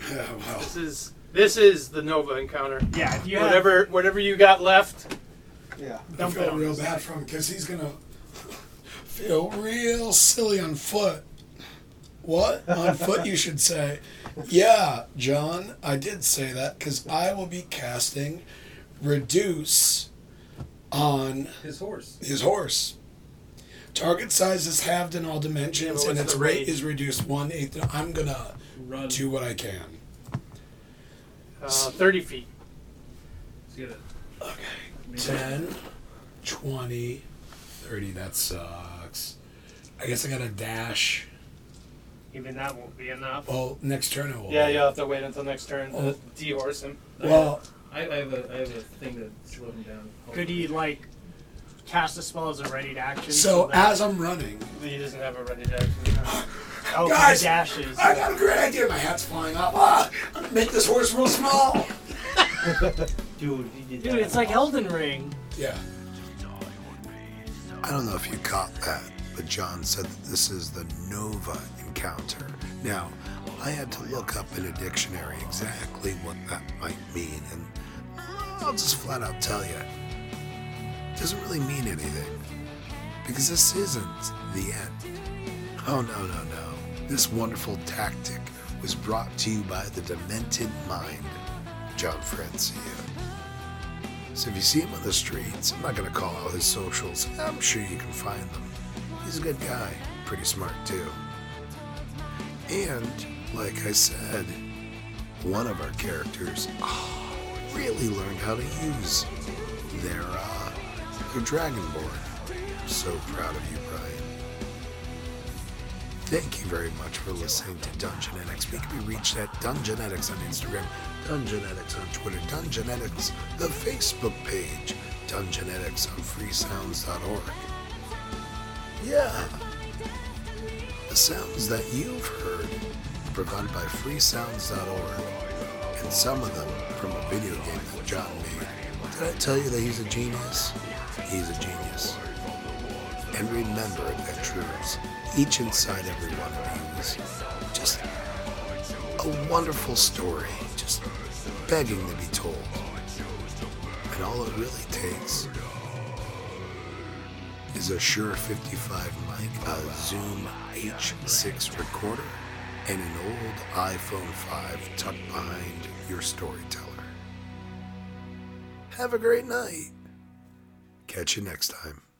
Speaker 3: this is this is the Nova encounter.
Speaker 7: Yeah, if you have-
Speaker 3: whatever whatever you got left.
Speaker 2: Yeah.
Speaker 6: I
Speaker 7: Dump it
Speaker 6: feel
Speaker 7: on
Speaker 6: real
Speaker 7: us.
Speaker 6: bad for him because he's gonna feel real silly on foot. What on foot? You should say, yeah, John. I did say that because I will be casting reduce on
Speaker 5: His horse.
Speaker 6: his horse. Target size is halved in all
Speaker 3: Yeah,
Speaker 6: dimensions,
Speaker 3: but
Speaker 6: and
Speaker 3: what's
Speaker 6: its
Speaker 3: the
Speaker 6: weight
Speaker 3: range?
Speaker 6: is reduced one eighth. I'm gonna
Speaker 5: Run.
Speaker 6: do what I can.
Speaker 3: Uh, 30 feet.
Speaker 5: Let's get it.
Speaker 6: Okay. 10, 20, 30. That sucks. I guess I got a dash.
Speaker 7: Even that won't be enough. Uh,
Speaker 6: Well, next turn I will.
Speaker 3: Yeah, you'll have to wait until next turn
Speaker 6: Oh.
Speaker 3: to dehorse him.
Speaker 6: Well,
Speaker 5: I, I have a I have a thing to slow him down.
Speaker 7: Could he like cast a spell as a ready to action?
Speaker 6: so
Speaker 7: that-
Speaker 6: as I'm running,
Speaker 3: He doesn't have a ready action.
Speaker 7: oh, 'cause
Speaker 6: guys,
Speaker 7: he dashes.
Speaker 6: I got a great idea. My hat's flying off. Ah, I'm gonna make this horse real small.
Speaker 19: Dude, you did
Speaker 7: Dude,
Speaker 19: that.
Speaker 7: it's like Elden Ring.
Speaker 6: Yeah.
Speaker 1: I don't know if you caught that, but John said that this is the Nova encounter. encounter. Now, I had to look up in a dictionary exactly what that might mean, and I'll just flat out tell you. It doesn't really mean anything. Because this isn't the end. Oh, no, no, no. This wonderful tactic was brought to you by the demented mind, John Francia. So if you see him on the streets, I'm not going to call out his socials. I'm sure you can find them. He's a good guy, pretty smart too. And, like I said, one of our characters oh, really learned how to use their, uh, their Dragonborn. I'm so proud of you, Brian. Thank you very much for listening to Dungeonetics. We can be reached at Dungeonetics on Instagram, Dungeonetics on Twitter, Dungeonetics, the Facebook page, Dungeonetics on freesounds.org. Yeah. The sounds that you've heard are provided by freesounds.org, and some of them from a video game that John made. Did I tell you that he's a genius? He's a genius. And remember, adventurers, each inside every one of you is just a wonderful story, just begging to be told. And all it really takes is a Shure 55 mic, a Zoom H6 recorder, and an old iPhone 5 tucked behind your storyteller. Have a great night. Catch you next time.